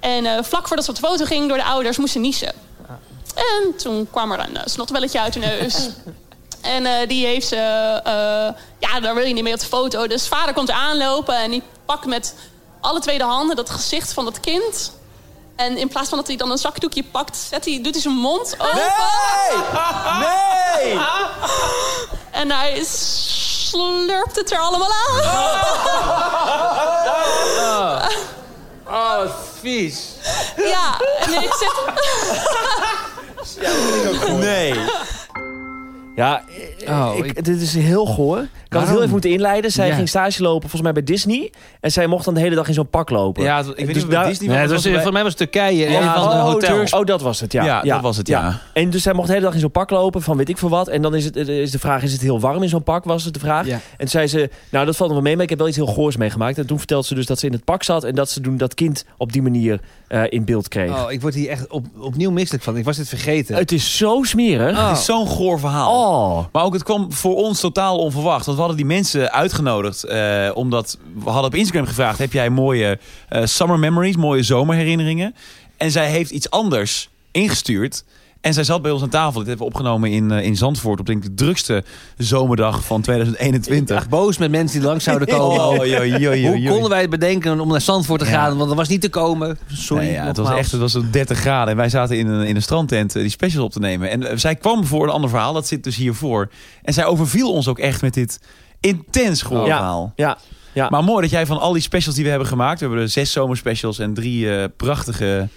Speaker 5: En eh, vlak voordat ze op de foto ging door de ouders, moest ze niezen. En toen kwam er een eh, snottebelletje uit de neus. En eh, die heeft ze... eh, ja, daar wil je niet mee op de foto. Dus vader komt aanlopen en die pakt met alle twee de handen dat gezicht van dat kind. En in plaats van dat hij dan een zakdoekje pakt, zet hij, doet hij zijn mond open.
Speaker 3: Nee!
Speaker 5: En hij slurpt het er allemaal uit.
Speaker 4: Oh, vies.
Speaker 5: Ja, en ik zeg...
Speaker 3: Nee.
Speaker 2: Ja,
Speaker 4: Oh,
Speaker 2: ik, dit is heel goor. Ik had het heel even moeten inleiden. Zij
Speaker 4: Ja.
Speaker 2: ging stage lopen, volgens mij bij Disney. En zij mocht dan de hele dag in zo'n pak lopen.
Speaker 3: Ja, het- ik
Speaker 2: Dus
Speaker 3: weet niet of het
Speaker 2: daar-
Speaker 3: Disney
Speaker 4: Nee,
Speaker 3: was.
Speaker 4: het was,
Speaker 3: was het
Speaker 4: voor mij was het Turkije.
Speaker 2: Ja,
Speaker 4: een van de
Speaker 2: oh,
Speaker 4: hotels.
Speaker 2: Turks. Oh, dat was het, ja.
Speaker 3: Ja, dat was het, ja.
Speaker 2: En dus zij mocht de hele dag in zo'n pak lopen van weet ik veel wat. En dan is, het, eh, is de vraag, is het heel warm in zo'n pak, was het de vraag.
Speaker 4: Ja.
Speaker 2: En toen zei ze, nou dat valt nog wel mee, maar ik heb wel iets heel goors meegemaakt. En toen vertelde ze dus dat ze in het pak zat en dat ze toen dat kind op die manier eh, in beeld kreeg.
Speaker 4: Oh, ik word hier echt op, opnieuw misselijk van. Ik was dit vergeten.
Speaker 2: Het is zo smerig.
Speaker 4: Oh.
Speaker 3: Het is zo'n goor verhaal.
Speaker 2: Oh.
Speaker 3: Maar ook het kwam voor ons totaal onverwacht. Want we hadden die mensen uitgenodigd. eh, omdat we hadden op Instagram gevraagd: heb jij mooie eh, summer memories, mooie zomerherinneringen? En zij heeft iets anders ingestuurd. En zij zat bij ons aan tafel. Dit hebben we opgenomen in, eh, in Zandvoort. Op denk ik de drukste zomerdag van 2021.
Speaker 4: Echt boos met mensen die langs zouden komen.
Speaker 3: Oh, joh, joh, joh,
Speaker 4: Hoe
Speaker 3: joh.
Speaker 4: konden wij het bedenken om naar Zandvoort te
Speaker 3: Ja.
Speaker 4: gaan? Want dat was niet te komen. Sorry,
Speaker 3: Nee, ja, het was
Speaker 4: nogmaals.
Speaker 3: echt het was 30 graden. En wij zaten in een, in een strandtent eh, die specials op te nemen. En eh, zij kwam voor een ander verhaal. Dat zit dus hiervoor. En zij overviel ons ook echt met dit intens gehoor
Speaker 2: Ja.
Speaker 3: verhaal.
Speaker 2: Ja, ja.
Speaker 3: Maar mooi dat jij van al die specials die we hebben gemaakt... We hebben er zes zomerspecials en drie eh, prachtige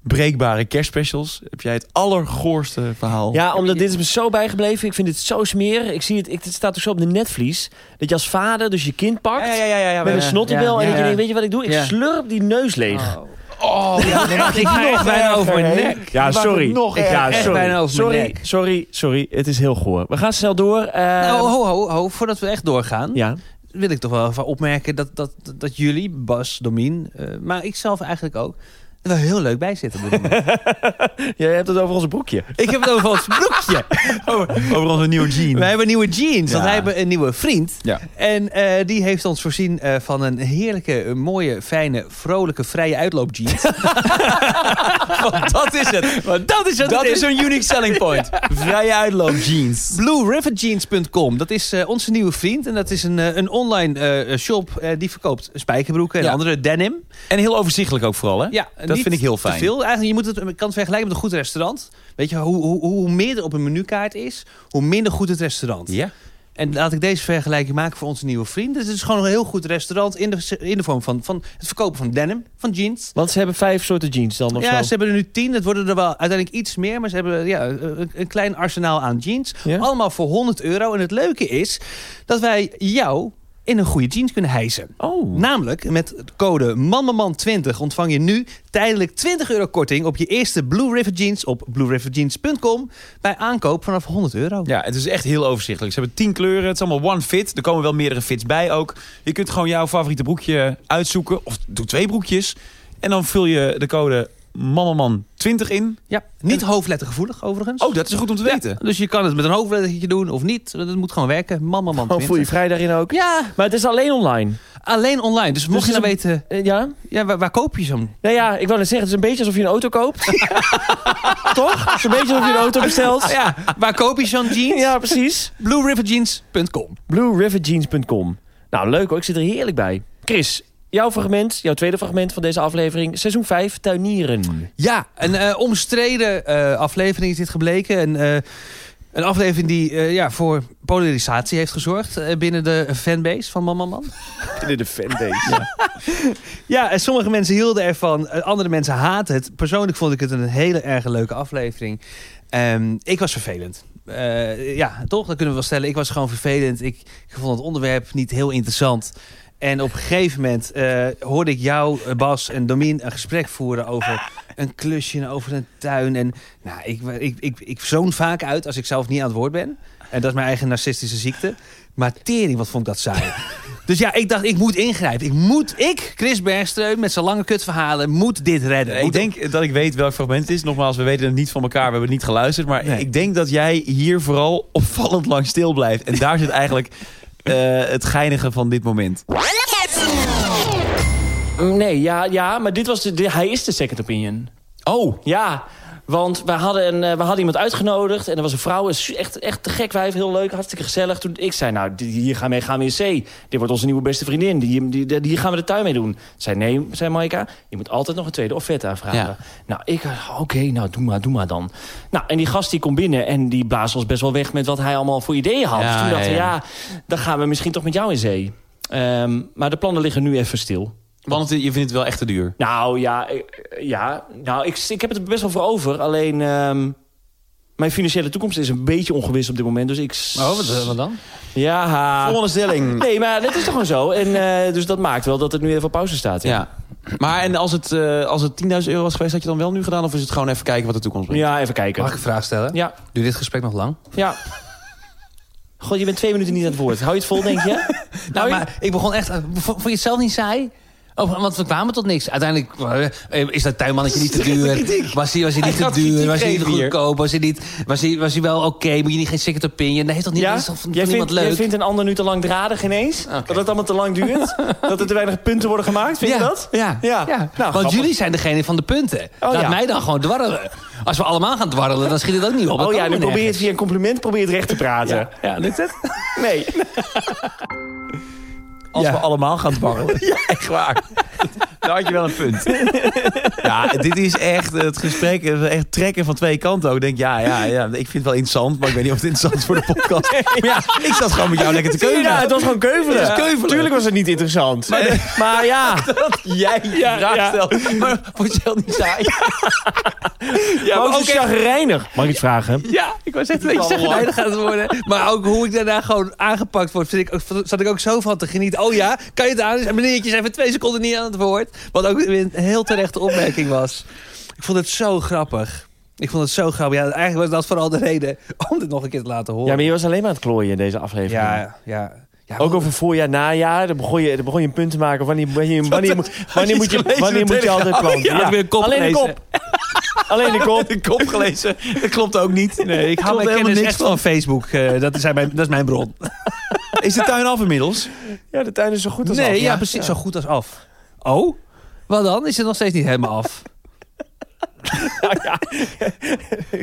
Speaker 3: breekbare kerstspecials. Heb jij het allergoorste verhaal?
Speaker 2: Ja, omdat dit is me zo bijgebleven. Ik vind het zo smerig. Ik zie het, ik, het staat ook zo op de netvlies. Dat je als vader dus je kind pakt
Speaker 3: ja, ja, ja, ja, ja,
Speaker 2: met een
Speaker 3: ja.
Speaker 2: snottebel.
Speaker 4: ja,
Speaker 2: en dat
Speaker 4: ja.
Speaker 2: je denkt, weet je wat ik doe? Ik
Speaker 4: Ja.
Speaker 2: slurp die neus leeg.
Speaker 3: Oh, ja, nee,
Speaker 4: ik ga echt bijna over mijn nek.
Speaker 2: Ja,
Speaker 3: Die
Speaker 2: sorry.
Speaker 3: waren nog
Speaker 2: Ik- ja,
Speaker 4: echt
Speaker 2: sorry.
Speaker 4: bijna over mijn
Speaker 2: sorry,
Speaker 4: nek.
Speaker 2: Sorry, sorry. Het is heel goor. We gaan snel door. eh,
Speaker 4: Nou, ho, ho, ho, voordat we echt doorgaan,
Speaker 2: ja.
Speaker 4: wil ik toch wel even opmerken dat, dat, dat jullie, Bas, Domien, eh, maar ikzelf eigenlijk ook, er wel heel leuk bij zitten. op dit moment.
Speaker 2: Jij hebt het over onze broekje.
Speaker 4: ik heb het over ons broekje.
Speaker 3: over onze nieuwe jean.
Speaker 4: Wij hebben nieuwe jeans, want
Speaker 3: Ja.
Speaker 4: wij hebben een nieuwe vriend.
Speaker 3: Ja.
Speaker 4: En eh, die heeft ons voorzien eh, van een heerlijke, eh, mooie, fijne, vrolijke, vrije uitloopjeans.
Speaker 3: Want dat is het.
Speaker 4: dat is het.
Speaker 3: Dat is een unique selling point. Vrije uitloop jeans.
Speaker 4: BlueRiverJeans.com. Dat is eh, onze nieuwe vriend. En dat is een, eh, een online eh, shop eh, die verkoopt spijkerbroeken en
Speaker 3: Ja.
Speaker 4: andere denim.
Speaker 3: En heel overzichtelijk ook vooral, hè?
Speaker 4: Ja,
Speaker 3: Dat vind ik heel fijn.
Speaker 4: Te veel. Eigenlijk, je moet het, je kan het vergelijken met een goed restaurant. Weet je, hoe, hoe, hoe meer er op een menukaart is, hoe minder goed het restaurant.
Speaker 3: Ja.
Speaker 4: En laat ik deze vergelijking maken voor onze nieuwe vriend. Dus het is gewoon een heel goed restaurant in de, in de vorm van, van het verkopen van denim, van jeans.
Speaker 2: Want ze hebben vijf soorten jeans dan of
Speaker 4: Ja,
Speaker 2: zo.
Speaker 4: ze hebben er nu tien. Het worden er wel uiteindelijk iets meer. Maar ze hebben ja, een, een klein arsenaal aan jeans.
Speaker 2: Ja?
Speaker 4: Allemaal voor 100 euro. En het leuke is dat wij jou in een goede jeans kunnen hijsen.
Speaker 2: Oh.
Speaker 4: Namelijk, met code MANMANMAN20 ontvang je nu tijdelijk 20 euro korting op je eerste Blue River Jeans op blueriverjeans.com bij aankoop vanaf 100 euro.
Speaker 3: Ja, het is echt heel overzichtelijk. Ze hebben tien kleuren. Het is allemaal one fit. Er komen wel meerdere fits bij ook. Je kunt gewoon jouw favoriete broekje uitzoeken. Of doe twee broekjes. En dan vul je de code MAMMAMAN20 in.
Speaker 4: Ja, niet hoofdlettergevoelig overigens.
Speaker 3: Oh, dat is goed om te weten.
Speaker 4: Dus je kan het met een hoofdlettertje doen of niet. Dat moet gewoon werken.
Speaker 2: Oh, voel je
Speaker 4: MANMANMAN20.
Speaker 2: vrij daarin ook?
Speaker 4: Ja,
Speaker 2: Maar het is alleen online.
Speaker 4: alleen online. Dus mocht
Speaker 2: het
Speaker 4: je
Speaker 2: is
Speaker 4: nou weten,
Speaker 2: Eh, ja?
Speaker 4: ja, waar, waar koop je zo'n...
Speaker 2: Nou ja, ik wou net zeggen, het is een beetje alsof je een auto koopt. Toch? Het is een beetje alsof je een auto bestelt.
Speaker 4: Ja, waar koop je zo'n jeans?
Speaker 2: Ja, precies.
Speaker 4: BlueRiverJeans.com.
Speaker 2: BlueRiverJeans.com. Nou, leuk hoor. Ik zit er heerlijk bij. Chris, jouw fragment, jouw tweede fragment van deze aflevering. Seizoen 5, tuinieren.
Speaker 4: Ja, een eh, omstreden eh, aflevering is dit gebleken. Een, eh, een aflevering die eh, ja, voor polarisatie heeft gezorgd eh, binnen de fanbase van Man Man Man.
Speaker 2: Binnen de fanbase. Ja.
Speaker 4: Ja, en sommige mensen hielden ervan, eh, andere mensen haten het. Persoonlijk vond ik het een hele erg leuke aflevering. Ehm, ik was vervelend. Eh, ja, toch? Dat kunnen we wel stellen. Ik was gewoon vervelend. Ik, ik vond het onderwerp niet heel interessant. En op een gegeven moment eh, hoorde ik jou, eh, Bas en Domin een gesprek voeren over een klusje en over een tuin. En nou, ik, ik, ik, ik zoon vaak uit als ik zelf niet aan het woord ben. En dat is mijn eigen narcistische ziekte. Maar tering, wat vond ik dat saai. Dus ja, ik dacht, ik moet ingrijpen. Ik moet, ik, Chris Bergstreum, met zijn lange kutverhalen, moet dit redden.
Speaker 3: Ik
Speaker 4: Moet-
Speaker 3: denk dat ik weet welk fragment het is. Nogmaals, we weten het niet van elkaar. We hebben het niet geluisterd. Maar ik denk dat jij hier vooral opvallend lang stil blijft. En daar zit eigenlijk eh, het geinige van dit moment.
Speaker 2: Mm, Nee, ja, ja maar dit was de, de- hij is de second opinion.
Speaker 3: Oh,
Speaker 2: Ja, want we hadden, een, eh, we hadden iemand uitgenodigd. En er was een vrouw, een su- echt, echt te gek wijf, heel leuk, hartstikke gezellig. Toen ik zei, nou, die- hier gaan we, gaan we in zee. Dit wordt onze nieuwe beste vriendin. Die, die, die, hier gaan we de tuin mee doen. Zei, nee, zei Maika, je moet altijd nog een tweede offerte aanvragen.
Speaker 3: Ja.
Speaker 2: Nou, ik, eh, oké, nou, doe maar, doe maar dan. Nou, en die gast die komt binnen en die blaast ons best wel weg... met wat hij allemaal voor ideeën had.
Speaker 3: Ja,
Speaker 2: Toen dachten we,
Speaker 3: ja,
Speaker 2: ja,
Speaker 3: ja.
Speaker 2: dan gaan we misschien toch met jou in zee. Ehm, maar de plannen liggen nu even stil.
Speaker 3: want je vindt het wel echt te duur.
Speaker 2: Nou ja, ik- eh, ja. Nou, ik, ik heb het er best wel voor over. Alleen ehm, mijn financiële toekomst is een beetje ongewis op dit moment. Dus ik. s-
Speaker 4: Oh, wat, eh, wat dan?
Speaker 2: Ja.
Speaker 3: Volgende stelling.
Speaker 2: Nee, maar dat is toch gewoon zo. En, eh, dus dat maakt wel dat het nu even op pauze staat. Ja,
Speaker 3: Ja. Maar en als het, eh, als het 10.000 euro was geweest, had je dan wel nu gedaan? Of is het gewoon even kijken wat de toekomst brengt?
Speaker 2: ja even kijken.
Speaker 4: Mag ik een vraag stellen?
Speaker 2: Ja,
Speaker 4: Duurt dit gesprek nog lang?
Speaker 2: ja. God, je bent twee minuten niet aan het woord. Hou je het vol, denk je?
Speaker 4: Nou,
Speaker 2: je-
Speaker 4: maar ik begon echt... eh, Vond je het zelf niet saai? Oh, want we kwamen tot niks. Uiteindelijk eh, is dat tuinmannetje niet te duur. Was hij, was hij niet te
Speaker 3: gaat
Speaker 4: duur?
Speaker 3: kritiek
Speaker 4: Was hij niet
Speaker 3: geven hier.
Speaker 4: goedkoop? Was hij, niet, was hij, was hij wel oké? Moet je niet geen second opinion? Nee, toch niet? Dat is toch van, van
Speaker 2: jij, vindt,
Speaker 4: iemand leuk?
Speaker 2: jij vindt een ander nu te langdradig ineens? Dat het allemaal te lang duurt? dat er te weinig punten worden gemaakt? Vind
Speaker 4: ja,
Speaker 2: je dat?
Speaker 4: Ja. ja.
Speaker 2: Ja. Nou,
Speaker 4: Want
Speaker 2: grappig. Oh,
Speaker 4: jullie zijn degene van de punten. Laat
Speaker 2: ja.
Speaker 4: mij dan gewoon dwarrelen. Als we allemaal gaan dwarrelen, dan schiet het ook niet op. Dan
Speaker 2: Oh ja,
Speaker 4: komen
Speaker 2: nu
Speaker 4: we
Speaker 2: probeer je het
Speaker 4: nergens.
Speaker 2: via een compliment probeer je het recht te praten.
Speaker 4: Ja. ja, lukt het?
Speaker 2: Nee.
Speaker 3: Als we allemaal gaan dwarrelen. Ja, echt waar. Dan had je wel een punt. Ja, dit is echt het gesprek. eh, Echt trekken van twee kanten ook. Ik denk, ja, ja, ja, ik vind het wel interessant. Maar ik weet niet of het interessant is voor de podcast. Maar ja, ik zat gewoon met jou lekker te keuren.
Speaker 2: Ja, het was gewoon keuvelen.
Speaker 3: Het is keuvelen.
Speaker 2: Tuurlijk was het niet interessant. Maar, maar ja.
Speaker 3: Jij je
Speaker 2: Ja,
Speaker 3: vraag
Speaker 2: ja.
Speaker 3: stelt. Maar vond je wel niet saai?
Speaker 2: ja maar ook zo chagrijnig. Mag ik iets vragen?
Speaker 4: Ja, ik was echt een beetje chagrijnig gaat het worden. Maar ook hoe ik daarna gewoon aangepakt word, vind ik, ook- zat ik ook zo van te genieten. Oh ja, kan je het aan? En meneertje is even twee seconden niet aan het woord. Wat ook weer een heel terechte opmerking was. Ik vond het zo grappig. Ik vond het zo grappig. Ja, eigenlijk was dat vooral de reden om dit nog een keer te laten
Speaker 2: Ja,
Speaker 4: horen.
Speaker 2: maar je was alleen maar aan het klooien in deze aflevering.
Speaker 4: ja, ja. ja
Speaker 2: Ook over voorjaar, najaar. Dan begon je, dan begon je een punt te maken. Wanneer, wanneer, wanneer, moet- wanneer moet je,
Speaker 3: gelezen,
Speaker 2: wanneer moet je
Speaker 3: meteen
Speaker 2: altijd planten?
Speaker 4: Ja, had weer een kop
Speaker 2: alleen de
Speaker 4: gelezen.
Speaker 2: kop. Alleen de kop.
Speaker 3: De kop gelezen. Dat klopt ook niet.
Speaker 4: Nee, ik haal
Speaker 3: Klopt helemaal
Speaker 4: mijn kennis
Speaker 3: niks
Speaker 4: echt van Facebook. Eh, dat, is mijn, dat is mijn bron.
Speaker 3: Is de tuin af inmiddels?
Speaker 2: Ja, de tuin is zo goed als
Speaker 4: nee,
Speaker 2: af.
Speaker 4: ja, precies. Zo goed als af. Oh? Wat dan? Is het nog steeds niet helemaal af?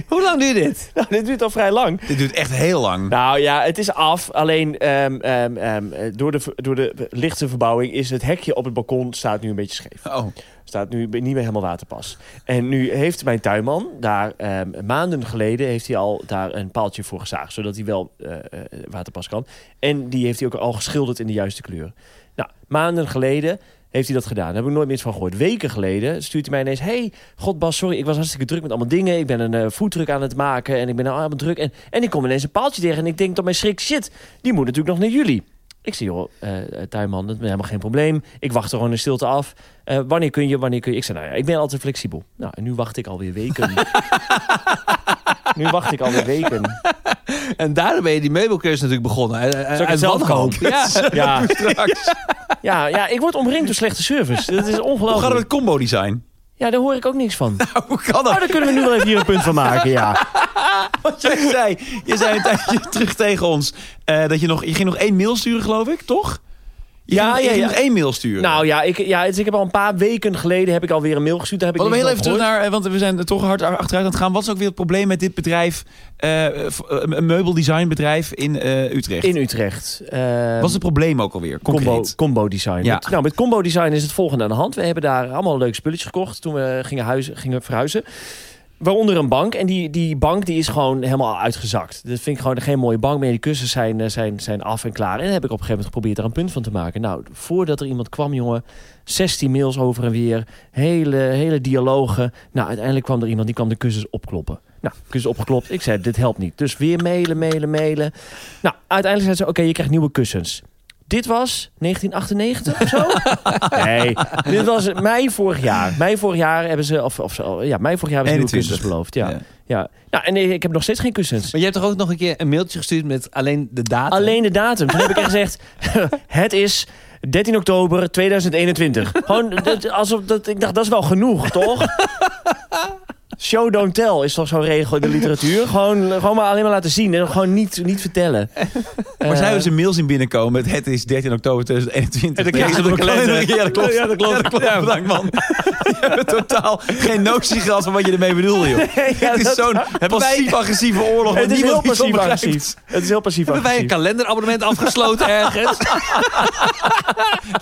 Speaker 4: Hoe lang duurt dit?
Speaker 2: Nou, dit duurt al vrij lang.
Speaker 3: Dit duurt echt heel lang.
Speaker 2: Nou ja, het is af. Alleen ehm, ehm, ehm, eh, door, de, ver- door de lichte verbouwing is het hekje op het balkon staat nu een beetje scheef.
Speaker 3: Oh,
Speaker 2: staat nu niet meer helemaal waterpas. En nu heeft mijn tuinman daar ehm, maanden geleden heeft hij al daar een paaltje voor gezaagd, zodat hij wel eh, eh, waterpas kan. En die heeft hij ook al geschilderd in de juiste kleur. Nou, maanden geleden heeft hij dat gedaan. Daar heb ik nooit meer iets van gehoord. Weken geleden stuurt hij mij ineens... hey, god Bas, sorry, ik was hartstikke druk met allemaal dingen. Ik ben een eh, voetdruk aan het maken en ik ben nou allemaal druk. En, en ik kom ineens een paaltje tegen en ik denk tot mijn schrik... shit, die moet natuurlijk nog naar jullie. Ik zeg, joh, eh, tuinman, dat is helemaal geen probleem. Ik wacht er gewoon in stilte af. Eh, wanneer kun je, wanneer kun je? Ik zei, nou ja, ik ben altijd flexibel. Nou, en nu wacht ik alweer weken. nu wacht ik alweer weken.
Speaker 4: En daarom ben je die meubelcursus natuurlijk begonnen. Uit, uit
Speaker 2: het zelf
Speaker 4: wanhoop. Ja.
Speaker 2: Ja,
Speaker 3: straks.
Speaker 2: ja, ja, ik word omringd door slechte service. Dat is
Speaker 3: Hoe gaat het
Speaker 2: ongelooflijk.
Speaker 3: met combo design?
Speaker 2: Ja, daar hoor ik ook niks van.
Speaker 3: Hoe kan
Speaker 2: Oh,
Speaker 3: dat?
Speaker 2: daar kunnen we nu wel even hier een punt van maken, ja.
Speaker 3: Wat jij zei. Je zei een tijdje terug tegen ons. eh, dat je, nog, je ging nog één mail sturen, geloof ik, toch? Je
Speaker 2: Ja,
Speaker 3: ging, je
Speaker 2: ja,
Speaker 3: ging
Speaker 2: ja.
Speaker 3: nog één mail sturen.
Speaker 2: Nou ja, ik, ja, dus ik heb al een paar weken geleden heb ik alweer een mail gestuurd. Daar heb ik dus
Speaker 3: Wat we
Speaker 2: niks
Speaker 3: heel even
Speaker 2: van
Speaker 3: terug
Speaker 2: gehoord.
Speaker 3: naar, eh, want we zijn er toch hard achteruit aan het gaan. Wat is ook weer het probleem met dit bedrijf, eh, v- een meubeldesignbedrijf in eh, Utrecht?
Speaker 2: In Utrecht. Ehm,
Speaker 3: Wat is het probleem ook alweer,
Speaker 2: combo,
Speaker 3: concreet?
Speaker 2: combo design.
Speaker 3: Ja.
Speaker 2: Met- nou, met combo design is het volgende aan de hand. We hebben daar allemaal leuke spulletjes gekocht toen we gingen, huizen, gingen verhuizen. Waaronder een bank. En die, die bank die is gewoon helemaal uitgezakt. Dat vind ik gewoon geen mooie bank meer. Die kussens zijn, eh, zijn, zijn af en klaar. En heb ik op een gegeven moment geprobeerd daar een punt van te maken. Nou, voordat er iemand kwam, jongen, 16 mails over en weer. Hele, hele dialogen. Nou, uiteindelijk kwam er iemand die kwam de kussens opkloppen. Nou, kussens opgeklopt. Ik zei, dit helpt niet. Dus weer mailen, mailen, mailen. Nou, uiteindelijk zei ze, oké, je krijgt nieuwe kussens. Dit was 1998 of zo? Nee, dit was mei vorig jaar. Mei vorig jaar hebben ze, of, of zo, ja, mei vorig jaar hebben ze nieuwe
Speaker 3: 21.
Speaker 2: kussens beloofd. Ja.
Speaker 3: Ja.
Speaker 2: Ja. Nou, en ik heb nog steeds geen kussens.
Speaker 4: Maar je hebt toch ook nog een keer een mailtje gestuurd met alleen de datum?
Speaker 2: Alleen de datum. Toen heb ik echt gezegd, het is 13 oktober 2021. Gewoon, dat, alsof dat, ik dacht, dat is wel genoeg, toch? Show don't tell is toch zo'n regel in de literatuur? Gewoon, gewoon maar alleen maar laten zien en gewoon niet, niet vertellen. Eh,
Speaker 3: Maar zij hebben ze mails in binnenkomen met het is 13 oktober 2021.
Speaker 4: En dan kijk je
Speaker 3: Ja,
Speaker 4: op de kalender.
Speaker 3: Ja, dat klopt.
Speaker 4: Ja, dat klopt. Ja.
Speaker 3: Bedankt, man. je hebt totaal geen notie gehad van wat je ermee bedoelde, joh.
Speaker 2: Ja,
Speaker 3: het
Speaker 2: dat-
Speaker 3: is zo'n passief-agressieve oorlog. waar
Speaker 2: Het is heel
Speaker 3: niemand iets van
Speaker 2: passief-agressief.
Speaker 3: begrijpt.
Speaker 2: Het is heel
Speaker 4: Hebben wij een
Speaker 2: passief-agressief.
Speaker 4: kalenderabonnement afgesloten ergens?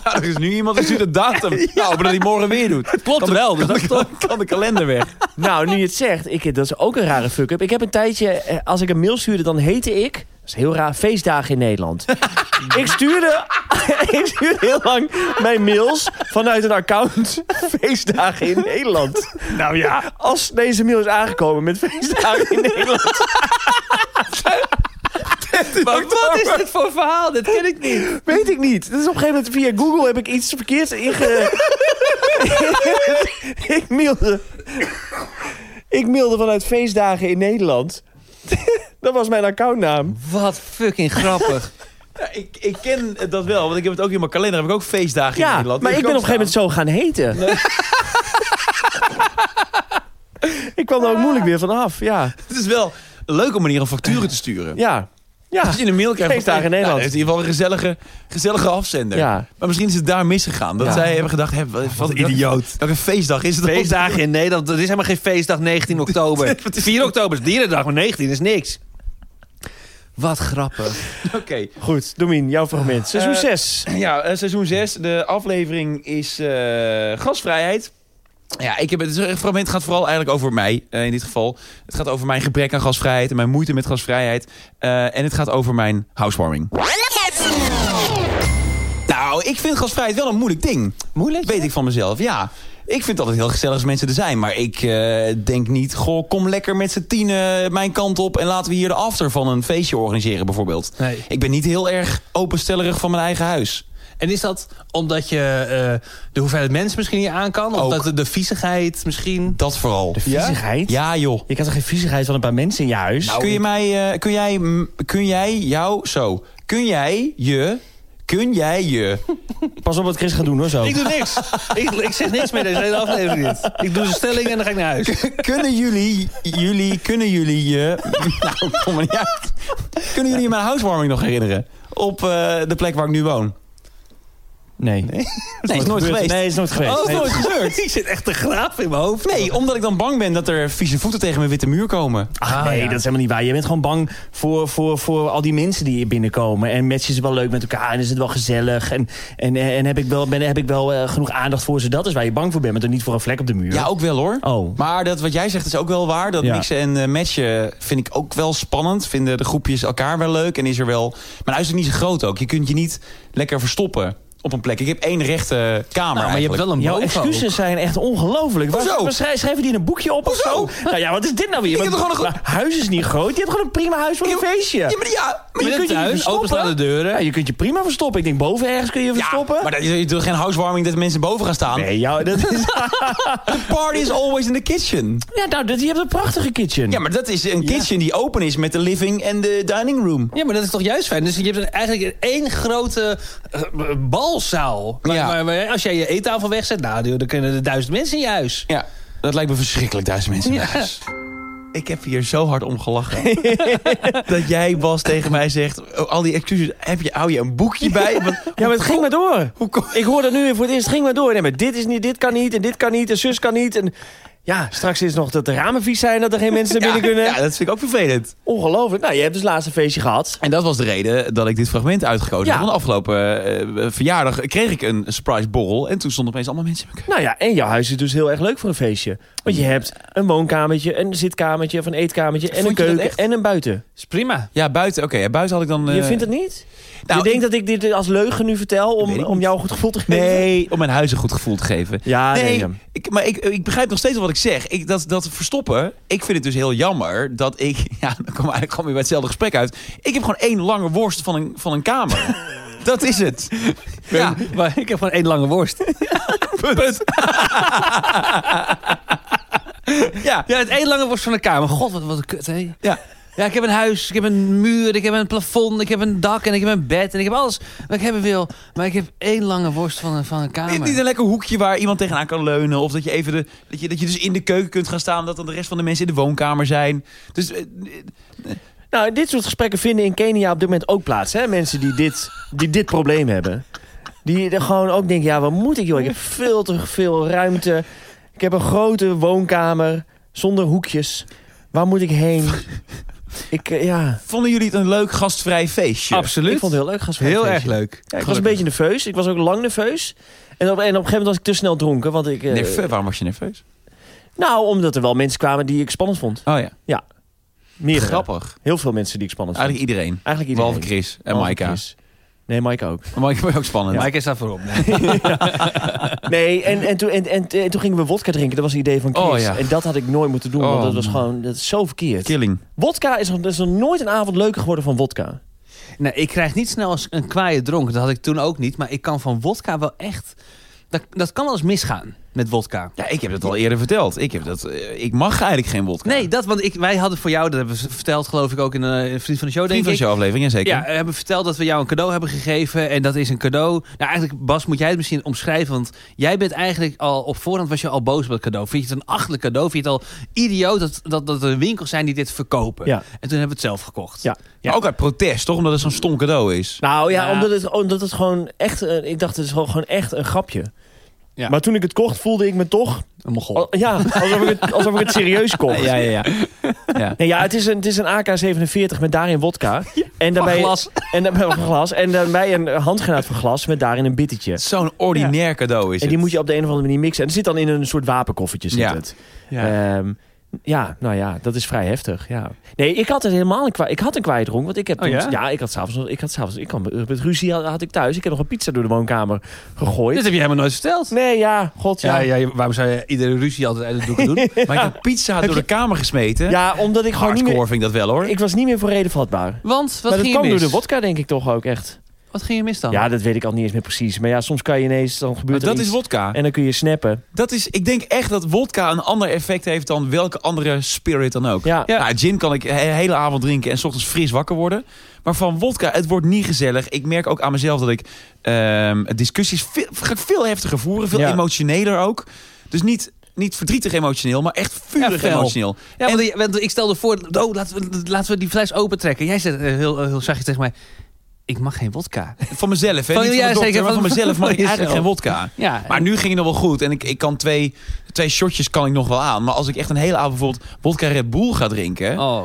Speaker 3: Nou, er is nu iemand die stuurt de datum. Nou, maar dat hij morgen weer doet.
Speaker 4: Het klopt wel, dus dat is toch...
Speaker 3: Dan kan de kalender weg.
Speaker 2: Nou, nu je het zegt, ik, dat is ook een rare fuck-up. Ik heb een tijdje, eh, als ik een mail stuurde, dan heette ik... Dat is heel raar, feestdagen in Nederland. ik, stuurde, ik stuurde heel lang mijn mails vanuit een account feestdagen in Nederland. Nou ja. Als deze mail is aangekomen met feestdagen in Nederland...
Speaker 4: Maar wat is dit voor verhaal? Dit ken ik niet.
Speaker 2: Weet ik niet. Dus op een gegeven moment via Google heb ik iets verkeerds inge... ik mailde... Ik mailde vanuit feestdagen in Nederland. dat was mijn accountnaam.
Speaker 4: Wat fucking grappig.
Speaker 3: Ja, ik, ik ken dat wel, want ik heb het ook in mijn kalender. Heb ik ook feestdagen in
Speaker 2: Ja,
Speaker 3: Nederland. Dus
Speaker 2: maar ik ben op een gegeven moment zo gaan heten. ik kwam er ook moeilijk weer vanaf. Ja,
Speaker 3: Het is wel een leuke manier om facturen te sturen.
Speaker 2: ja, ja.
Speaker 3: Als je een mail krijgt van
Speaker 2: Feestdagen in
Speaker 3: Nou,
Speaker 2: Nederland.
Speaker 3: dat is in ieder geval een gezellige, gezellige afzender.
Speaker 2: Ja.
Speaker 3: Maar misschien is het daar misgegaan. Dat
Speaker 2: Ja.
Speaker 3: zij hebben gedacht, hè, wat, wat een idioot. Welke feestdag is het? dan?
Speaker 4: Feestdagen in Nederland, dat is helemaal geen feestdag 19 oktober. 4 oktober is dierendag, maar 19 is niks. Wat grappig.
Speaker 3: Oké.
Speaker 2: Goed, Domien, jouw fragment. Seizoen
Speaker 3: Eh,
Speaker 2: 6.
Speaker 3: Ja, eh, seizoen 6. De aflevering is eh gasvrijheid. Ja, ik heb het, het fragment gaat vooral eigenlijk over mij eh, in dit geval. Het gaat over mijn gebrek aan gasvrijheid en mijn moeite met gasvrijheid. Eh, en het gaat over mijn housewarming. Nou, ik vind gasvrijheid wel een moeilijk ding. Moeilijk? Weet ik van mezelf, ja. Ik vind het altijd heel gezellig als mensen er zijn. Maar ik eh, denk niet, goh, kom lekker met z'n tienen mijn kant op... en laten we hier de after van een feestje organiseren bijvoorbeeld.
Speaker 4: Nee.
Speaker 3: Ik ben niet heel erg openstellerig van mijn eigen huis.
Speaker 4: En is dat omdat je eh, de hoeveelheid mensen misschien niet aan kan? Of
Speaker 3: Ook.
Speaker 4: dat de, de viezigheid misschien...
Speaker 3: Dat vooral.
Speaker 2: Viezigheid? Nou.
Speaker 3: Ja, joh.
Speaker 2: Je kan toch geen viezigheid van een paar mensen in je huis?
Speaker 3: kun, je mij, eh, kun, jij, mm, kun jij jou zo? Kun jij je? Kun jij je?
Speaker 2: Pas op wat Chris gaat doen hoor zo.
Speaker 4: Ik doe niks. ik, ik zeg niks meer deze hele aflevering niet. Ik doe de stelling en dan ga ik naar huis.
Speaker 3: kunnen jullie, jullie, kunnen jullie je? nou, kom maar niet uit. Kunnen jullie je mijn housewarming nog herinneren? Op eh, de plek waar ik nu woon.
Speaker 2: Nee.
Speaker 3: Nee, is nooit
Speaker 2: Gebeurt-
Speaker 3: geweest.
Speaker 2: Nee, is nooit geweest.
Speaker 3: Oh, is
Speaker 2: Nee.
Speaker 3: nooit gebeurd.
Speaker 4: Ik zit echt te graaf in mijn hoofd.
Speaker 3: Nee, omdat ik dan bang ben dat er vieze voeten tegen mijn witte muur komen.
Speaker 2: Ach, Ah, nee,
Speaker 4: ja.
Speaker 2: dat is helemaal niet waar. Je bent gewoon bang voor, voor, voor al die mensen die hier binnenkomen. En matchen ze wel leuk met elkaar en is het wel gezellig. En, en, en heb ik wel, ben, heb ik wel eh, genoeg aandacht voor ze? Dat is waar je bang voor bent, maar dan niet voor een vlek op de muur.
Speaker 3: Ja, ook wel hoor.
Speaker 2: Oh.
Speaker 3: Maar dat wat jij zegt is ook wel waar. Dat
Speaker 2: Ja.
Speaker 3: mixen en eh, matchen vind ik ook wel spannend. Vinden de groepjes elkaar wel leuk. En is er wel... Mijn huis is niet zo groot ook. Je kunt je niet lekker verstoppen op een plek. Ik heb één rechte kamer
Speaker 4: maar je hebt
Speaker 3: eigenlijk.
Speaker 4: wel een
Speaker 2: Jouw
Speaker 4: boven
Speaker 2: excuses zijn echt ongelooflijk. Waar,
Speaker 3: Hoezo?
Speaker 2: waar schrij- schrijven die in een boekje op of zo? Nou ja, wat is dit nou weer?
Speaker 3: Ik heb
Speaker 2: Want-
Speaker 3: toch gewoon een
Speaker 2: maar huis is niet groot. Je hebt gewoon een prima huis voor een
Speaker 3: Ik heb-
Speaker 2: feestje.
Speaker 3: Ja, maar, ja, maar
Speaker 4: ook.
Speaker 3: je
Speaker 4: Met
Speaker 3: kunt je niet
Speaker 4: thuis, openstaan de
Speaker 3: verstoppen.
Speaker 4: deuren.
Speaker 2: Ja, je kunt je prima verstoppen. Ik denk boven ergens kun je je verstoppen.
Speaker 3: Ja, maar dat, je doet geen housewarming dat mensen boven gaan staan.
Speaker 2: Nee, jou, dat is,
Speaker 3: The party is always in the kitchen.
Speaker 2: ja, nou, dat, je hebt een prachtige kitchen.
Speaker 3: Ja, maar dat is een kitchen die open is met de living en de dining room.
Speaker 4: Ja, maar dat is toch juist fijn? Dus je hebt een- eigenlijk één grote eh, balzaal. Maar,
Speaker 3: Ja.
Speaker 4: maar- maar als jij je eettafel wegzet, nou, dude, dan kunnen er duizend mensen in je huis.
Speaker 3: Ja, dat lijkt me verschrikkelijk, duizend mensen in huis. Ik heb hier zo hard om gelachen. dat jij, Bas, tegen mij zegt... oh, al die excuses, heb je, hou je een boekje bij? Want,
Speaker 2: Ja, maar het ging maar door. Ik hoor dat nu weer voor het eerst. Het ging maar door. Nee, maar dit is niet, dit kan niet en dit kan niet en zus kan niet. En ja, straks is nog dat de ramen vies zijn, dat er geen mensen naar
Speaker 3: ja,
Speaker 2: binnen kunnen.
Speaker 3: ja, dat vind ik ook vervelend.
Speaker 2: Ongelooflijk. Nou, je hebt dus laatst een feestje gehad.
Speaker 3: En dat was de reden dat ik dit fragment uitgekozen
Speaker 2: Ja.
Speaker 3: heb. Want afgelopen eh, verjaardag kreeg ik een surprise borrel. En toen stonden opeens allemaal mensen in mijn keuken.
Speaker 2: Nou ja, en jouw huis is dus heel erg leuk voor een feestje. Want je hebt een woonkamertje, een zitkamertje of een eetkamertje en
Speaker 3: Vond
Speaker 2: een
Speaker 3: je dat
Speaker 2: keuken
Speaker 3: echt?
Speaker 2: en een buiten.
Speaker 4: is prima.
Speaker 3: Ja, buiten, oké. ja, buiten had ik dan...
Speaker 2: Je
Speaker 3: eh,
Speaker 2: vindt het niet?
Speaker 3: nou,
Speaker 2: je denkt dat ik dit als leugen nu vertel
Speaker 3: Weet
Speaker 2: om,
Speaker 3: ik
Speaker 2: om jou een goed gevoel te geven?
Speaker 3: Nee, om mijn huis een goed gevoel te geven.
Speaker 2: Ja, nee.
Speaker 3: Nee,
Speaker 2: ja.
Speaker 3: ik, maar ik, ik begrijp nog steeds wel wat ik zeg. Ik, dat, dat verstoppen, ik vind het dus heel jammer dat ik... Ja, dan komen we eigenlijk gewoon weer bij hetzelfde gesprek uit. Ik heb gewoon één lange worst van een, van een kamer. Dat is het.
Speaker 4: Ja, maar ik heb gewoon één lange worst.
Speaker 3: Punt. ja.
Speaker 4: Ja, het één lange worst van de kamer. God, wat, wat een kut, hè?
Speaker 3: Ja.
Speaker 4: Ja, ik heb een huis, ik heb een muur, ik heb een plafond, ik heb een dak en ik heb een bed en ik heb alles wat ik hebben wil. Maar ik heb één lange worst van een, van een
Speaker 3: Niet, niet
Speaker 4: kamer.
Speaker 3: een lekker hoekje waar iemand tegenaan kan leunen. Of dat je even de, dat je, dat je dus in de keuken kunt gaan staan. Omdat dan de rest van de mensen in de woonkamer zijn. Dus eh,
Speaker 2: Nou, dit soort gesprekken vinden in Kenia op dit moment ook plaats. Hè? Mensen die dit, die dit probleem hebben. Die er gewoon ook denken, ja, wat moet ik joh? Ik heb veel te veel ruimte. Ik heb een grote woonkamer zonder hoekjes. Waar moet ik heen? Ik, eh, ja,
Speaker 3: vonden jullie het een leuk gastvrij feestje?
Speaker 4: Absoluut.
Speaker 2: ik vond het heel leuk. gastvrij
Speaker 4: Heel erg
Speaker 2: feestje.
Speaker 4: leuk.
Speaker 2: Ja, ik was een beetje nerveus. Ik was ook lang nerveus. En op, en op een gegeven moment was ik te snel dronken. Want ik, eh,
Speaker 3: Nerve- waarom was je nerveus?
Speaker 2: Nou, omdat er wel mensen kwamen die ik spannend vond.
Speaker 3: Oh ja.
Speaker 2: Meer
Speaker 3: Grappig.
Speaker 2: Heel veel mensen die ik spannend vond.
Speaker 3: Eigenlijk iedereen.
Speaker 2: Eigenlijk iedereen.
Speaker 3: Behalve Chris en
Speaker 2: Behalve
Speaker 3: Maika.
Speaker 2: Chris. Nee, Maika ook.
Speaker 3: Maika was ook spannend.
Speaker 4: Maar ik is daar voorop.
Speaker 2: Nee, en, en, toen, en, en, en toen gingen we wodka drinken. Dat was het idee van Chris.
Speaker 3: Oh, ja.
Speaker 2: En dat had ik nooit moeten doen, want
Speaker 3: Oh,
Speaker 2: dat was
Speaker 3: man.
Speaker 2: gewoon dat is zo verkeerd.
Speaker 3: Killing.
Speaker 2: Wodka is, nog- is nog nooit een avond leuker geworden van wodka.
Speaker 4: Nee, ik krijg niet snel als een kwaaie dronk. Dat had ik toen ook niet. Maar ik kan van wodka wel echt... Dat, dat kan wel eens misgaan met wodka.
Speaker 3: Ja, ik heb dat al eerder verteld. Ik, heb dat, eh, ik mag eigenlijk geen wodka.
Speaker 4: Nee, dat, want ik, wij hadden voor jou, dat hebben we verteld geloof ik ook in een eh, Vriend van de Show,
Speaker 3: Vriend van
Speaker 4: denk
Speaker 3: de
Speaker 4: ik.
Speaker 3: show aflevering, ja, zeker.
Speaker 4: Ja,
Speaker 2: eh,
Speaker 4: we hebben verteld dat we jou een cadeau hebben gegeven. En dat is een cadeau. Nou, eigenlijk, Bas, moet jij het misschien omschrijven? Want jij bent eigenlijk al op voorhand was je al boos op het cadeau. Vind je het een achterlijk cadeau? Vind je het al idioot dat, dat, dat er winkels zijn die dit verkopen?
Speaker 2: Ja.
Speaker 4: En toen hebben we het zelf gekocht.
Speaker 2: Ja.
Speaker 3: Maar ook uit protest, toch? Omdat het zo'n stom cadeau is.
Speaker 2: Nou ja,
Speaker 4: Ja.
Speaker 2: Omdat, het, omdat het gewoon echt... eh, ik dacht, het is gewoon gewoon echt een grapje.
Speaker 4: Ja. Oh.
Speaker 2: Maar toen ik het kocht, voelde ik me toch...
Speaker 4: Een Mongool.
Speaker 2: al- ja, alsof ik, het, alsof ik het serieus kocht.
Speaker 3: ja, ja.
Speaker 2: Nee, ja, het is een, het is een AK-47 met daarin wodka. en daarbij,
Speaker 4: van glas.
Speaker 2: En daarbij, van glas. En daarbij een handgranaat van glas met daarin een bittetje.
Speaker 3: Zo'n ordinair cadeau is
Speaker 2: En die
Speaker 3: het.
Speaker 2: moet je op de een of andere manier mixen. En het zit dan in een soort wapenkoffertje. Zit
Speaker 3: Ja.
Speaker 2: Het.
Speaker 4: Ja.
Speaker 2: Ja. ja, nou ja, dat is vrij heftig. Ja. Nee, ik had het helemaal een, kwa- ik had een kwijtdronk. Want ik heb
Speaker 4: Oh,
Speaker 2: toen-
Speaker 4: ja?
Speaker 2: ik had s'avonds nog- ik had s'avonds, ik kwam eh, met ruzie had, had ik thuis. Ik heb nog een pizza door de woonkamer
Speaker 4: Dit
Speaker 2: gegooid.
Speaker 4: heb je helemaal nooit verteld.
Speaker 2: Nee, ja, god ja.
Speaker 4: Ja,
Speaker 2: Ja,
Speaker 4: ja, je- waarom zou je iedere ruzie altijd uit het doeken doen?
Speaker 3: Maar ik heb pizza door de kamer gesmeten.
Speaker 2: omdat ik gewoon niet
Speaker 3: Hardcore
Speaker 2: meer,
Speaker 3: vind ik dat wel, hoor.
Speaker 2: ik was niet meer voor reden vatbaar.
Speaker 4: Want, wat
Speaker 2: maar dat
Speaker 4: ging
Speaker 2: kwam
Speaker 4: je
Speaker 2: door
Speaker 4: mis?
Speaker 2: de wodka denk ik toch ook echt.
Speaker 4: Wat ging je mis dan?
Speaker 2: Ja, dat weet ik al niet eens meer precies. Maar ja, soms kan je ineens, dan
Speaker 3: Maar
Speaker 2: gebeurt
Speaker 3: dat
Speaker 2: er
Speaker 3: is
Speaker 2: iets.
Speaker 3: wodka.
Speaker 2: en dan kun je snappen.
Speaker 3: Dat is, ik denk echt dat wodka een ander effect heeft dan welke andere spirit dan ook.
Speaker 2: Ja.
Speaker 3: Nou, gin kan ik de hele avond drinken en 's ochtends fris wakker worden. Maar van wodka, het wordt niet gezellig. Ik merk ook aan mezelf dat ik ehm, discussies veel, ga ik veel heftiger voeren. Veel
Speaker 2: Ja.
Speaker 3: emotioneler ook. Dus niet, niet verdrietig emotioneel, maar echt vurig
Speaker 4: fel.
Speaker 3: emotioneel.
Speaker 4: Ja, want, ik- want ik stelde voor, oh, laten, we, laten we die fles opentrekken. Jij zei eh, heel, heel zachtjes tegen mij, ik mag geen wodka.
Speaker 3: Van mezelf, hè?
Speaker 4: Van-
Speaker 3: niet van,
Speaker 4: ja,
Speaker 3: de dokter,
Speaker 4: zeker,
Speaker 3: maar van,
Speaker 4: van-
Speaker 3: mezelf
Speaker 4: van
Speaker 3: mag ik eigenlijk
Speaker 4: jezelf.
Speaker 3: geen wodka.
Speaker 4: Ja,
Speaker 3: Maar nu ging het nog wel goed. En ik, ik kan twee, twee shotjes kan ik nog wel aan. Maar als ik echt een hele avond bijvoorbeeld wodka Red Bull ga drinken...
Speaker 4: Oh.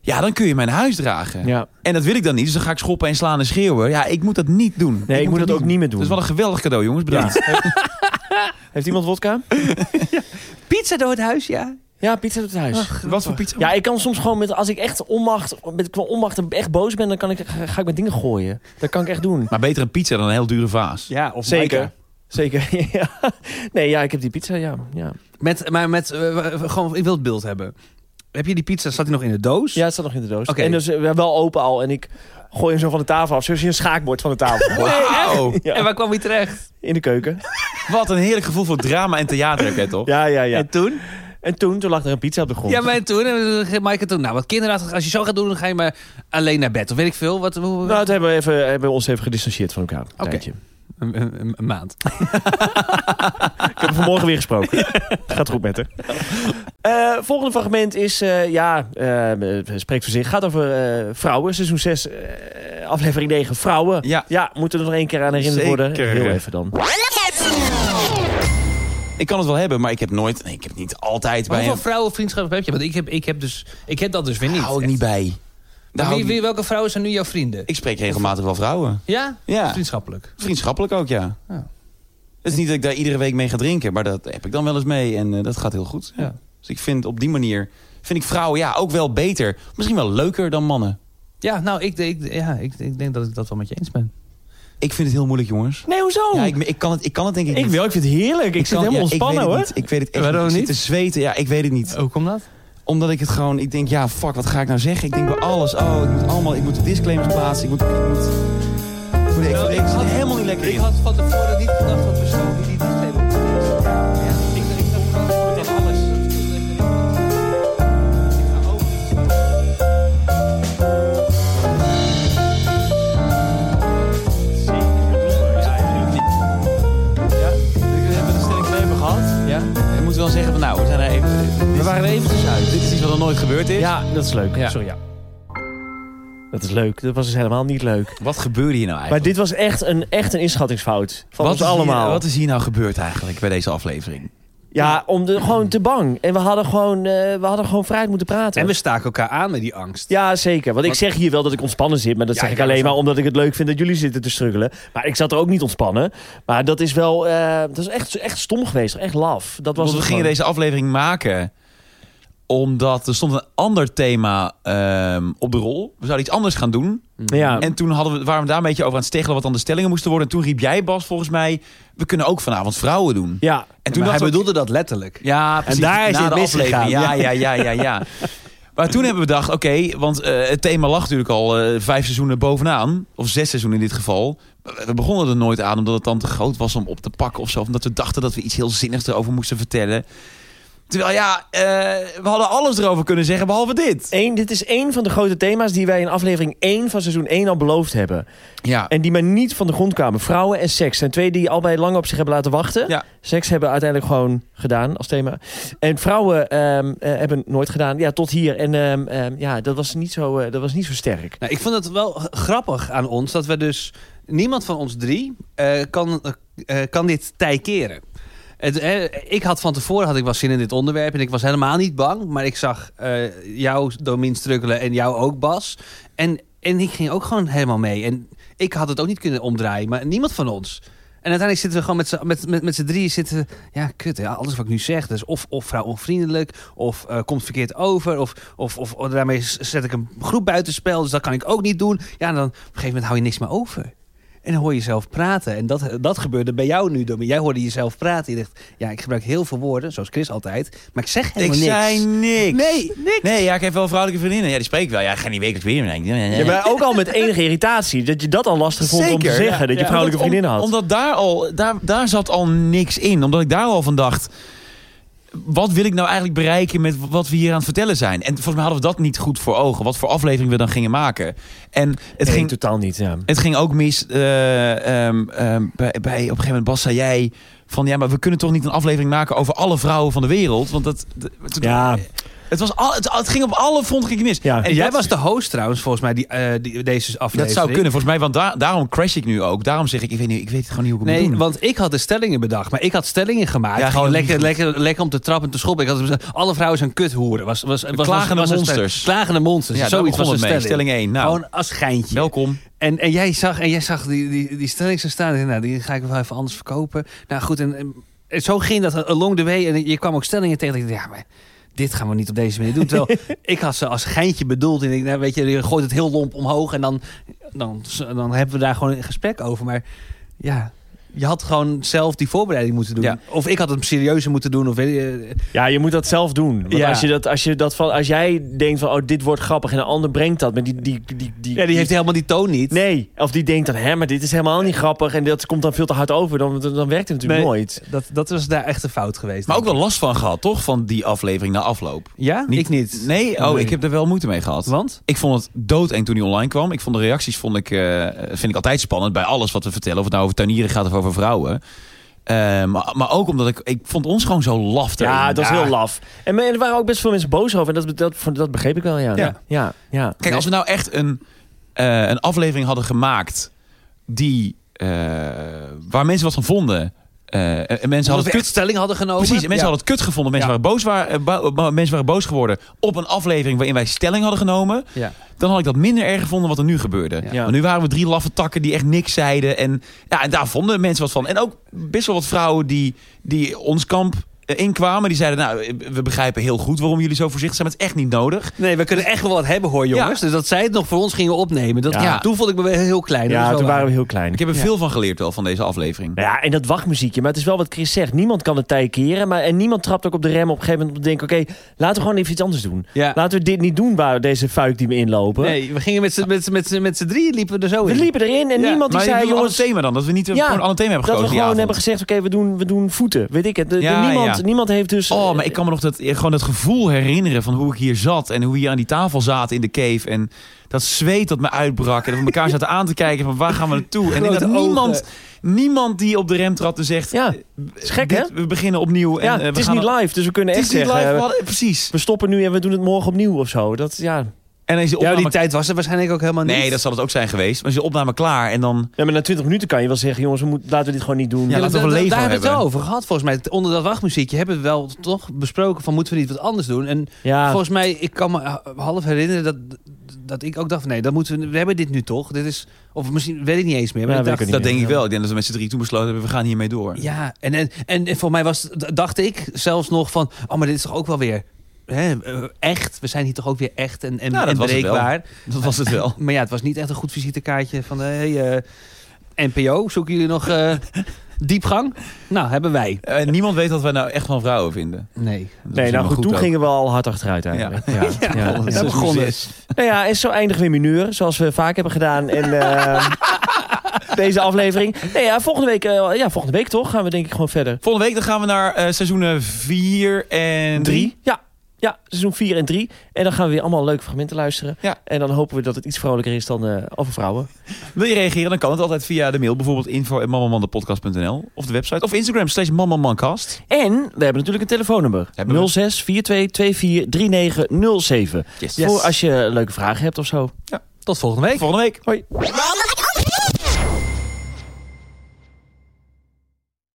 Speaker 3: Ja, dan kun je mij naar huis dragen.
Speaker 2: Ja.
Speaker 3: En dat wil ik dan niet. Dus dan ga ik schoppen en slaan en schreeuwen. Ja, ik moet dat niet doen.
Speaker 2: Nee, ik, moet dat ook niet meer doen.
Speaker 3: Dat is wel een geweldig cadeau, jongens. Bedankt.
Speaker 2: Heeft iemand wodka?
Speaker 4: Pizza door het huis, ja.
Speaker 2: Ja, pizza doet het huis.
Speaker 3: Wat voor pizza?
Speaker 2: Ja, ik kan soms gewoon met als ik echt onmacht, met qua onmacht en echt boos ben, dan kan ik, ga, ga ik met dingen gooien. Dat kan ik echt doen.
Speaker 3: Maar beter een pizza dan een heel dure vaas.
Speaker 4: Ja, of
Speaker 2: Zeker. Zeker. ja. Nee, ja, ik heb die pizza. Ja, ja.
Speaker 4: Met, maar met, eh, eh, gewoon, ik wil het beeld hebben. Heb je die pizza, staat die nog in de doos?
Speaker 2: ja, het staat nog in de doos.
Speaker 4: Oké.
Speaker 2: En dus eh, wel open al. En ik gooi hem zo van de tafel af. Zoals je een schaakbord van de tafel gooit.
Speaker 3: Wauw.
Speaker 2: Ja,
Speaker 4: En waar kwam je terecht?
Speaker 2: In de keuken.
Speaker 3: Wat een heerlijk gevoel voor drama en theater heb jij toch?
Speaker 2: Ja, ja, ja.
Speaker 4: En toen?
Speaker 2: En toen, toen lag er een pizza op de grond.
Speaker 4: Ja, maar en toen? En toen Maaike toen, nou wat kinderachtig, als je zo gaat doen, dan ga je maar alleen naar bed. Of weet ik veel, wat, hoe- hoe-
Speaker 2: Nou, toen hebben we, even, hebben we ons even gedistanceerd van elkaar. Oké.
Speaker 4: Oké. een, een- een maand.
Speaker 2: Ik heb hem vanmorgen weer gesproken. Het gaat goed met haar. Eh, volgende fragment is, eh, ja, eh, het spreekt voor zich. Het gaat over eh, vrouwen. Seizoen 6, eh, aflevering 9, vrouwen.
Speaker 3: Ja.
Speaker 2: moeten we er nog één keer aan herinnerd worden.
Speaker 3: Zeker.
Speaker 2: Heel even dan.
Speaker 3: Ik kan het wel hebben, maar ik heb nooit... Nee, ik heb niet altijd
Speaker 4: Maar
Speaker 3: bij
Speaker 4: hoeveel
Speaker 3: hem.
Speaker 4: vrouwenvriendschappen heb je? Want ik heb, ik heb, dus, ik heb dat dus weer niet.
Speaker 3: Daar hou ik niet bij. Daar
Speaker 4: Wie,
Speaker 3: hou ik, niet-
Speaker 4: wie- welke vrouwen zijn nu jouw vrienden?
Speaker 3: ik spreek regelmatig wel vrouwen.
Speaker 4: Ja?
Speaker 3: Ja.
Speaker 4: Vriendschappelijk.
Speaker 3: Vriendschappelijk ook, ja.
Speaker 4: Ja.
Speaker 3: Het is niet dat ik daar iedere week mee ga drinken, maar dat heb ik dan wel eens mee. En eh, dat gaat heel goed. Ja.
Speaker 4: Ja.
Speaker 3: Dus ik vind op die manier... Vind ik vrouwen ja, ook wel beter. Misschien wel leuker dan mannen.
Speaker 4: Ja, nou, ik, ik, ja, ik, ik denk dat ik dat wel met je eens ben.
Speaker 3: Ik vind het heel moeilijk, jongens.
Speaker 2: Nee, hoezo?
Speaker 3: Ja, ik,
Speaker 2: ik,
Speaker 3: ik, kan, het, ik kan het denk ik, niet.
Speaker 2: wel, ik vind het heerlijk. Ik, zit
Speaker 3: kan-
Speaker 2: helemaal
Speaker 3: ja, ik
Speaker 2: ontspannen
Speaker 3: weet het
Speaker 2: hoor.
Speaker 3: niet. Ik weet het echt
Speaker 4: Waarom
Speaker 3: niet. Ik zit
Speaker 4: niet?
Speaker 3: te zweten. Ja, ik weet het niet.
Speaker 4: Ook om dat?
Speaker 3: Omdat ik het gewoon... Ik denk, ja, fuck, wat ga ik nou zeggen? Ik denk bij alles. Oh, ik moet allemaal... Ik moet disclaimers plaatsen. Ik moet... Ik moet... Nee, ik vond- ik zit er helemaal niet lekker
Speaker 4: Ik
Speaker 3: in.
Speaker 4: had van tevoren niet gedacht dat we zo in die display
Speaker 3: We hebben een stelling kleven gehad.
Speaker 2: Ja?
Speaker 3: Ik moet wel zeggen van nou, we zijn er even...
Speaker 2: We waren er eventjes uit.
Speaker 3: Dit is iets wat nog nooit gebeurd is.
Speaker 2: Ja, dat is leuk.
Speaker 3: Ja.
Speaker 2: Sorry, ja. Dat is leuk. Dat was dus helemaal niet leuk.
Speaker 3: Wat gebeurde hier nou
Speaker 2: Maar
Speaker 3: eigenlijk?
Speaker 2: dit was echt een, echt een inschattingsfout. Van
Speaker 3: wat
Speaker 2: ons
Speaker 3: is hier-
Speaker 2: allemaal.
Speaker 3: wat is hier nou gebeurd eigenlijk bij deze aflevering?
Speaker 2: Ja, om de, gewoon te bang. En we hadden gewoon, eh, we hadden gewoon vrijheid moeten praten.
Speaker 4: En we staken elkaar aan met die angst.
Speaker 2: Ja, zeker. Want ik zeg hier wel dat ik ontspannen zit. Maar dat
Speaker 4: Ja,
Speaker 2: zeg ik
Speaker 4: ja,
Speaker 2: alleen
Speaker 4: dat
Speaker 2: maar
Speaker 4: is-
Speaker 2: omdat ik het leuk vind dat jullie zitten te struggelen. Maar ik zat er ook niet ontspannen. Maar dat is wel... eh, dat is echt, echt stom geweest. Echt laf. Dat was het
Speaker 3: Want we gingen
Speaker 2: gewoon.
Speaker 3: deze aflevering maken omdat er stond een ander thema ehm, op de rol. We zouden iets anders gaan doen.
Speaker 2: Ja.
Speaker 3: En toen hadden we, waren we daar een beetje over aan het steggelen... wat dan de stellingen moesten worden. En toen riep jij, Bas, volgens mij... we kunnen ook vanavond vrouwen doen.
Speaker 2: ja.
Speaker 3: En
Speaker 4: Toen
Speaker 3: toen
Speaker 4: hij
Speaker 3: dachten we-
Speaker 4: bedoelde dat letterlijk.
Speaker 3: Ja, precies.
Speaker 4: daar is
Speaker 3: Na
Speaker 4: het
Speaker 3: de
Speaker 4: misgegaan.
Speaker 3: aflevering. Ja, ja, ja, ja, ja. Maar toen hebben we bedacht, oké, want eh, het thema lag natuurlijk al eh, vijf seizoenen bovenaan. Of zes seizoenen in dit geval. We we begonnen er nooit aan omdat het dan te groot was om op te pakken of zo. Of Omdat we dachten dat we iets heel zinnigs erover moesten vertellen. Terwijl ja, eh, we hadden alles erover kunnen zeggen behalve dit.
Speaker 2: Eén, dit is één van de grote thema's die wij in aflevering 1 van seizoen 1 al beloofd hebben.
Speaker 3: Ja,
Speaker 2: En die maar niet van de grond kwamen. Vrouwen en seks zijn twee die allebei lang op zich hebben laten wachten.
Speaker 3: Ja.
Speaker 2: Seks hebben we uiteindelijk gewoon gedaan als thema. En vrouwen ehm, eh, hebben nooit gedaan. Ja, tot hier. En ehm, ehm, ja, dat was, niet zo, eh, dat was niet zo sterk.
Speaker 4: Nou, ik vond het wel g- grappig aan ons dat we dus... Niemand van ons drie eh, kan, eh, eh, kan dit tij keren. Het, eh, ik had van tevoren had ik wel zin in dit onderwerp en ik was helemaal niet bang. Maar ik zag eh, jou, Domin, strukkelen en jou ook, Bas. En, en ik ging ook gewoon helemaal mee. En ik had het ook niet kunnen omdraaien, maar niemand van ons. En uiteindelijk zitten we gewoon met z'n- met, met, met z'n drieën zitten... Ja, kut, ja, alles wat ik nu zeg. Dus of, of vrouw onvriendelijk, of eh, komt verkeerd over... Of, of, of, of daarmee s- zet ik een groep buitenspel, dus dat kan ik ook niet doen. Ja, en dan op een gegeven moment hou je niks meer over. En dan hoor je jezelf praten. En dat, dat gebeurde bij jou nu, Domin. Jij hoorde jezelf praten. Je dacht, ja, ik gebruik heel veel woorden, zoals Chris altijd. Maar ik zeg
Speaker 3: ik
Speaker 4: helemaal niks.
Speaker 3: zei niks.
Speaker 4: Nee, niks.
Speaker 3: Nee, ja, ik heb wel vrouwelijke vriendinnen. Ja, die spreek ik wel. Ja, ik ga niet wekelijks weer. Nee, nee, nee.
Speaker 2: Ja, maar ook al met enige irritatie. Dat je dat al lastig vond om te
Speaker 3: Zeker,
Speaker 2: zeggen.
Speaker 3: ja.
Speaker 2: dat je
Speaker 3: Ja.
Speaker 2: vrouwelijke
Speaker 3: Omdat-
Speaker 2: vriendinnen had.
Speaker 3: om- Omdat daar al, daar, daar zat al niks in. Omdat ik daar al van dacht. Wat wil ik nou eigenlijk bereiken met wat we hier aan het vertellen zijn? En volgens mij hadden we dat niet goed voor ogen. Wat voor aflevering we dan gingen maken. En het
Speaker 2: Nee,
Speaker 3: ging
Speaker 2: totaal niet. Ja.
Speaker 3: het ging ook mis. eh, ehm, ehm, bij, bij, op een gegeven moment, Bas, zei jij van ja, maar we kunnen toch niet een aflevering maken over alle vrouwen van de wereld? Want dat. dat- het-
Speaker 2: Ja.
Speaker 3: Het, was al, het, het ging op alle fronten ging het mis.
Speaker 2: Ja.
Speaker 3: En
Speaker 4: En jij
Speaker 3: dat-
Speaker 4: was de host trouwens, volgens mij, die, eh, die, deze aflevering.
Speaker 3: Dat zou kunnen, volgens mij. Want daar- daarom crash ik nu ook. Daarom zeg ik, ik weet, niet, ik weet gewoon niet hoe ik het
Speaker 4: Nee,
Speaker 3: moet doen.
Speaker 4: want ik had de stellingen bedacht. Maar ik had stellingen gemaakt.
Speaker 3: Ja,
Speaker 4: gewoon
Speaker 3: ging-
Speaker 4: lekker, lekker, lekker om te trappen en te schoppen. Ik had gezegd, alle vrouwen zijn kuthoeren. Was, was, was, was,
Speaker 3: Klagende
Speaker 4: was een
Speaker 3: monsters.
Speaker 4: stelling. Klagende monsters.
Speaker 3: Ja, daar
Speaker 4: Zoiets
Speaker 3: begon
Speaker 4: was een
Speaker 3: het mee.
Speaker 4: stelling.
Speaker 3: Stelling één, nou.
Speaker 4: Gewoon als geintje.
Speaker 3: Welkom.
Speaker 4: En, en jij zag, en jij zag die, die, die stelling zo staan. Ik dacht, Nou, die ga ik wel even anders verkopen. Nou goed, en, en- en zo ging dat along the way. En je kwam ook stellingen tegen. Ik dacht, ja, maar dit gaan we niet op deze manier doen. Terwijl ik had ze als geintje bedoeld. En ik, nou, weet je, je gooit het heel lomp omhoog. En dan, dan, dan hebben we daar gewoon een gesprek over. Maar ja... Je had gewoon zelf die voorbereiding moeten doen.
Speaker 3: Ja.
Speaker 4: Of ik had het serieuzer moeten doen. Of eh, weet je,
Speaker 2: ja, je moet dat zelf doen. Want
Speaker 4: Ja.
Speaker 2: als, je dat, als, je dat van, als jij denkt van, oh, dit wordt grappig. En een ander brengt dat. Maar die, die, die, die,
Speaker 4: ja, die heeft helemaal die toon niet.
Speaker 2: Nee, of die denkt dan, hè, maar dit is helemaal niet grappig en dat komt dan veel te hard over, dan, dan, dan werkt het natuurlijk
Speaker 4: Nee.
Speaker 2: nooit.
Speaker 4: Dat, dat was daar echt een fout geweest.
Speaker 3: Maar ook wel last van gehad, toch? Van die aflevering na afloop.
Speaker 4: Ja? Ik niet.
Speaker 3: Nee? Oh,
Speaker 4: Nee.
Speaker 3: ik heb er wel moeite mee gehad.
Speaker 4: Want?
Speaker 3: Ik vond het doodeng toen die online kwam. Ik vond de reacties vond ik, eh, vind ik altijd spannend bij alles wat we vertellen. Of het nou over tuinieren gaat of over vrouwen. Eh, maar, maar ook omdat ik... Ik vond ons gewoon zo laf. daarin.
Speaker 2: Ja, dat is heel laf. En maar er waren ook best veel mensen boos over en dat, dat, vond- dat begreep ik wel, ja.
Speaker 3: Ja.
Speaker 2: ja, ja.
Speaker 3: Kijk, als we nou echt een, eh, een aflevering hadden gemaakt... Die, eh, waar mensen wat van vonden... eh, en en mensen
Speaker 4: Omdat
Speaker 3: hadden
Speaker 4: we
Speaker 3: kut
Speaker 4: echt stelling hadden genomen.
Speaker 3: Precies, en mensen
Speaker 4: Ja.
Speaker 3: hadden het kut gevonden. Mensen,
Speaker 4: Ja.
Speaker 3: waren boos waren, eh, bou- eh, mensen waren boos geworden op een aflevering waarin wij stelling hadden genomen.
Speaker 4: Ja.
Speaker 3: Dan had ik dat minder erg gevonden wat er nu gebeurde.
Speaker 4: Ja.
Speaker 3: Want nu waren we drie laffe takken die echt niks zeiden. En, ja, en daar vonden mensen wat van. En ook best wel wat vrouwen die, die ons kamp eh, inkwamen. Die zeiden, nou, we begrijpen heel goed waarom jullie zo voorzichtig zijn. Maar het is echt niet nodig.
Speaker 4: Nee, we kunnen echt wel wat hebben hoor, jongens. Dus dat zij het nog voor ons gingen opnemen. Dat,
Speaker 3: Ja.
Speaker 4: Toen voelde ik me wel heel klein. dat is
Speaker 2: Ja,
Speaker 4: wel
Speaker 2: toen
Speaker 4: waar.
Speaker 2: waren we heel klein.
Speaker 3: Ik heb er veel van geleerd wel van deze aflevering.
Speaker 2: Nou ja, en dat wachtmuziekje. Maar het is wel wat Chris zegt. Niemand kan de tijd keren. Maar, en niemand trapt ook op de rem op een gegeven moment om te denken... oké, laten we gewoon even iets anders doen.
Speaker 4: Ja.
Speaker 2: Laten we dit niet doen waar deze fuik die me inlopen.
Speaker 4: Nee, we gingen met z'n- met z'n- met z'n- met z'n drieën liepen we er zo
Speaker 2: We
Speaker 4: in.
Speaker 2: liepen erin en
Speaker 4: Ja,
Speaker 2: niemand die
Speaker 3: maar
Speaker 2: zei...
Speaker 3: jongens,
Speaker 2: jongens,
Speaker 3: thema dan? Dat we niet
Speaker 2: Ja,
Speaker 3: ja, een ander thema hebben
Speaker 2: dat we
Speaker 3: gekozen
Speaker 2: gewoon
Speaker 3: die
Speaker 2: hebben
Speaker 3: avond.
Speaker 2: gezegd... oké, we, doen, we doen voeten. Weet ik het. De- de-
Speaker 3: Ja, ja,
Speaker 2: niemand,
Speaker 3: ja.
Speaker 2: niemand heeft dus...
Speaker 3: Oh, maar ik kan me nog dat, gewoon dat gevoel herinneren van hoe ik hier zat. En hoe we hier aan die tafel zaten in de cave. En dat zweet dat me uitbrak. En dat we elkaar zaten aan te kijken van waar gaan we naartoe. En
Speaker 4: Grote
Speaker 3: dat niemand, niemand die op de rem trad en zegt...
Speaker 2: Ja,
Speaker 3: is
Speaker 2: gek, hè?
Speaker 3: We beginnen opnieuw. En,
Speaker 2: ja,
Speaker 3: eh, we
Speaker 2: het is
Speaker 3: gaan
Speaker 2: niet live, dus we kunnen
Speaker 3: Het
Speaker 2: echt
Speaker 3: is niet
Speaker 2: zeggen...
Speaker 3: live. we
Speaker 2: eh,
Speaker 3: hadden- precies.
Speaker 2: we stoppen nu en we doen het morgen opnieuw of zo. Dat, ja.
Speaker 3: En dan is de
Speaker 4: Ja,
Speaker 3: opname...
Speaker 4: die tijd was er waarschijnlijk ook helemaal niet.
Speaker 3: nee, dat zal het ook zijn geweest. Maar is de opname klaar en dan...
Speaker 2: ja, maar na 20 minuten kan je wel zeggen... jongens, we moeten laten we dit gewoon niet doen.
Speaker 3: Ja,
Speaker 4: Ja,
Speaker 3: laten we
Speaker 4: da-
Speaker 3: wel
Speaker 4: da-
Speaker 3: leven
Speaker 4: daar hebben we het wel
Speaker 3: hebben.
Speaker 4: over gehad, volgens mij. Onder dat wachtmuziekje hebben we wel toch besproken van moeten we niet wat anders doen. En
Speaker 2: ja.
Speaker 4: volgens mij, ik kan me eh, half herinneren dat, dat ik ook dacht van nee, dat moeten we, we hebben dit nu toch. Dit is, of misschien weet ik niet eens meer. Maar
Speaker 2: Ja,
Speaker 4: ik
Speaker 2: weet
Speaker 4: dacht,
Speaker 2: ik ook niet
Speaker 3: Dat denk
Speaker 2: meer,
Speaker 3: ik
Speaker 2: ja.
Speaker 3: wel. Ik denk dat we met z'n drie toen besloten hebben, we gaan hiermee door.
Speaker 4: Ja, en, en, en, en voor mij was, d- dacht ik zelfs nog van, oh maar dit is toch ook wel weer hè, eh, echt. We zijn hier toch ook weer echt en, en,
Speaker 3: Nou, dat
Speaker 4: en
Speaker 3: was het wel.
Speaker 4: breekbaar.
Speaker 3: Dat was het wel.
Speaker 4: Maar ja, het was niet echt een goed visitekaartje van... hey, eh, NPO, zoeken jullie nog eh, diepgang? Nou, hebben wij.
Speaker 3: Eh, niemand weet wat wij nou echt van vrouwen vinden.
Speaker 4: Nee.
Speaker 3: Dat
Speaker 2: Nee,
Speaker 3: is
Speaker 2: nou
Speaker 3: maar
Speaker 2: goed, toen
Speaker 3: ook.
Speaker 2: gingen we al hard achteruit eigenlijk. Ja. Ja. Ja.
Speaker 3: Dat is
Speaker 4: daar
Speaker 3: hoe
Speaker 4: begon
Speaker 3: ze
Speaker 4: het.
Speaker 3: is.
Speaker 2: Nou ja, en zo eindigen we in mineur, zoals we vaak hebben gedaan in eh, deze aflevering. Nee, ja, volgende week, eh, ja, volgende week toch, gaan we denk ik gewoon verder.
Speaker 3: Volgende week dan gaan we naar eh, seizoenen 4 en 3.
Speaker 2: Ja, ja seizoen 4 en 3. En dan gaan we weer allemaal leuke fragmenten luisteren.
Speaker 3: Ja.
Speaker 2: En dan hopen we dat het iets vrolijker is dan eh, over vrouwen.
Speaker 3: Wil je reageren? Dan kan het altijd via de mail. Bijvoorbeeld info.mamamandepodcast.nl Of de website. Of Instagram slash mamamancast.
Speaker 2: En we hebben natuurlijk een telefoonnummer.
Speaker 3: Hebben we.
Speaker 2: 06 42 24 39 07.
Speaker 3: Yes.
Speaker 2: Voor als je leuke vragen hebt of zo.
Speaker 4: Tot volgende week.
Speaker 3: Volgende week. Hoi.
Speaker 6: Wij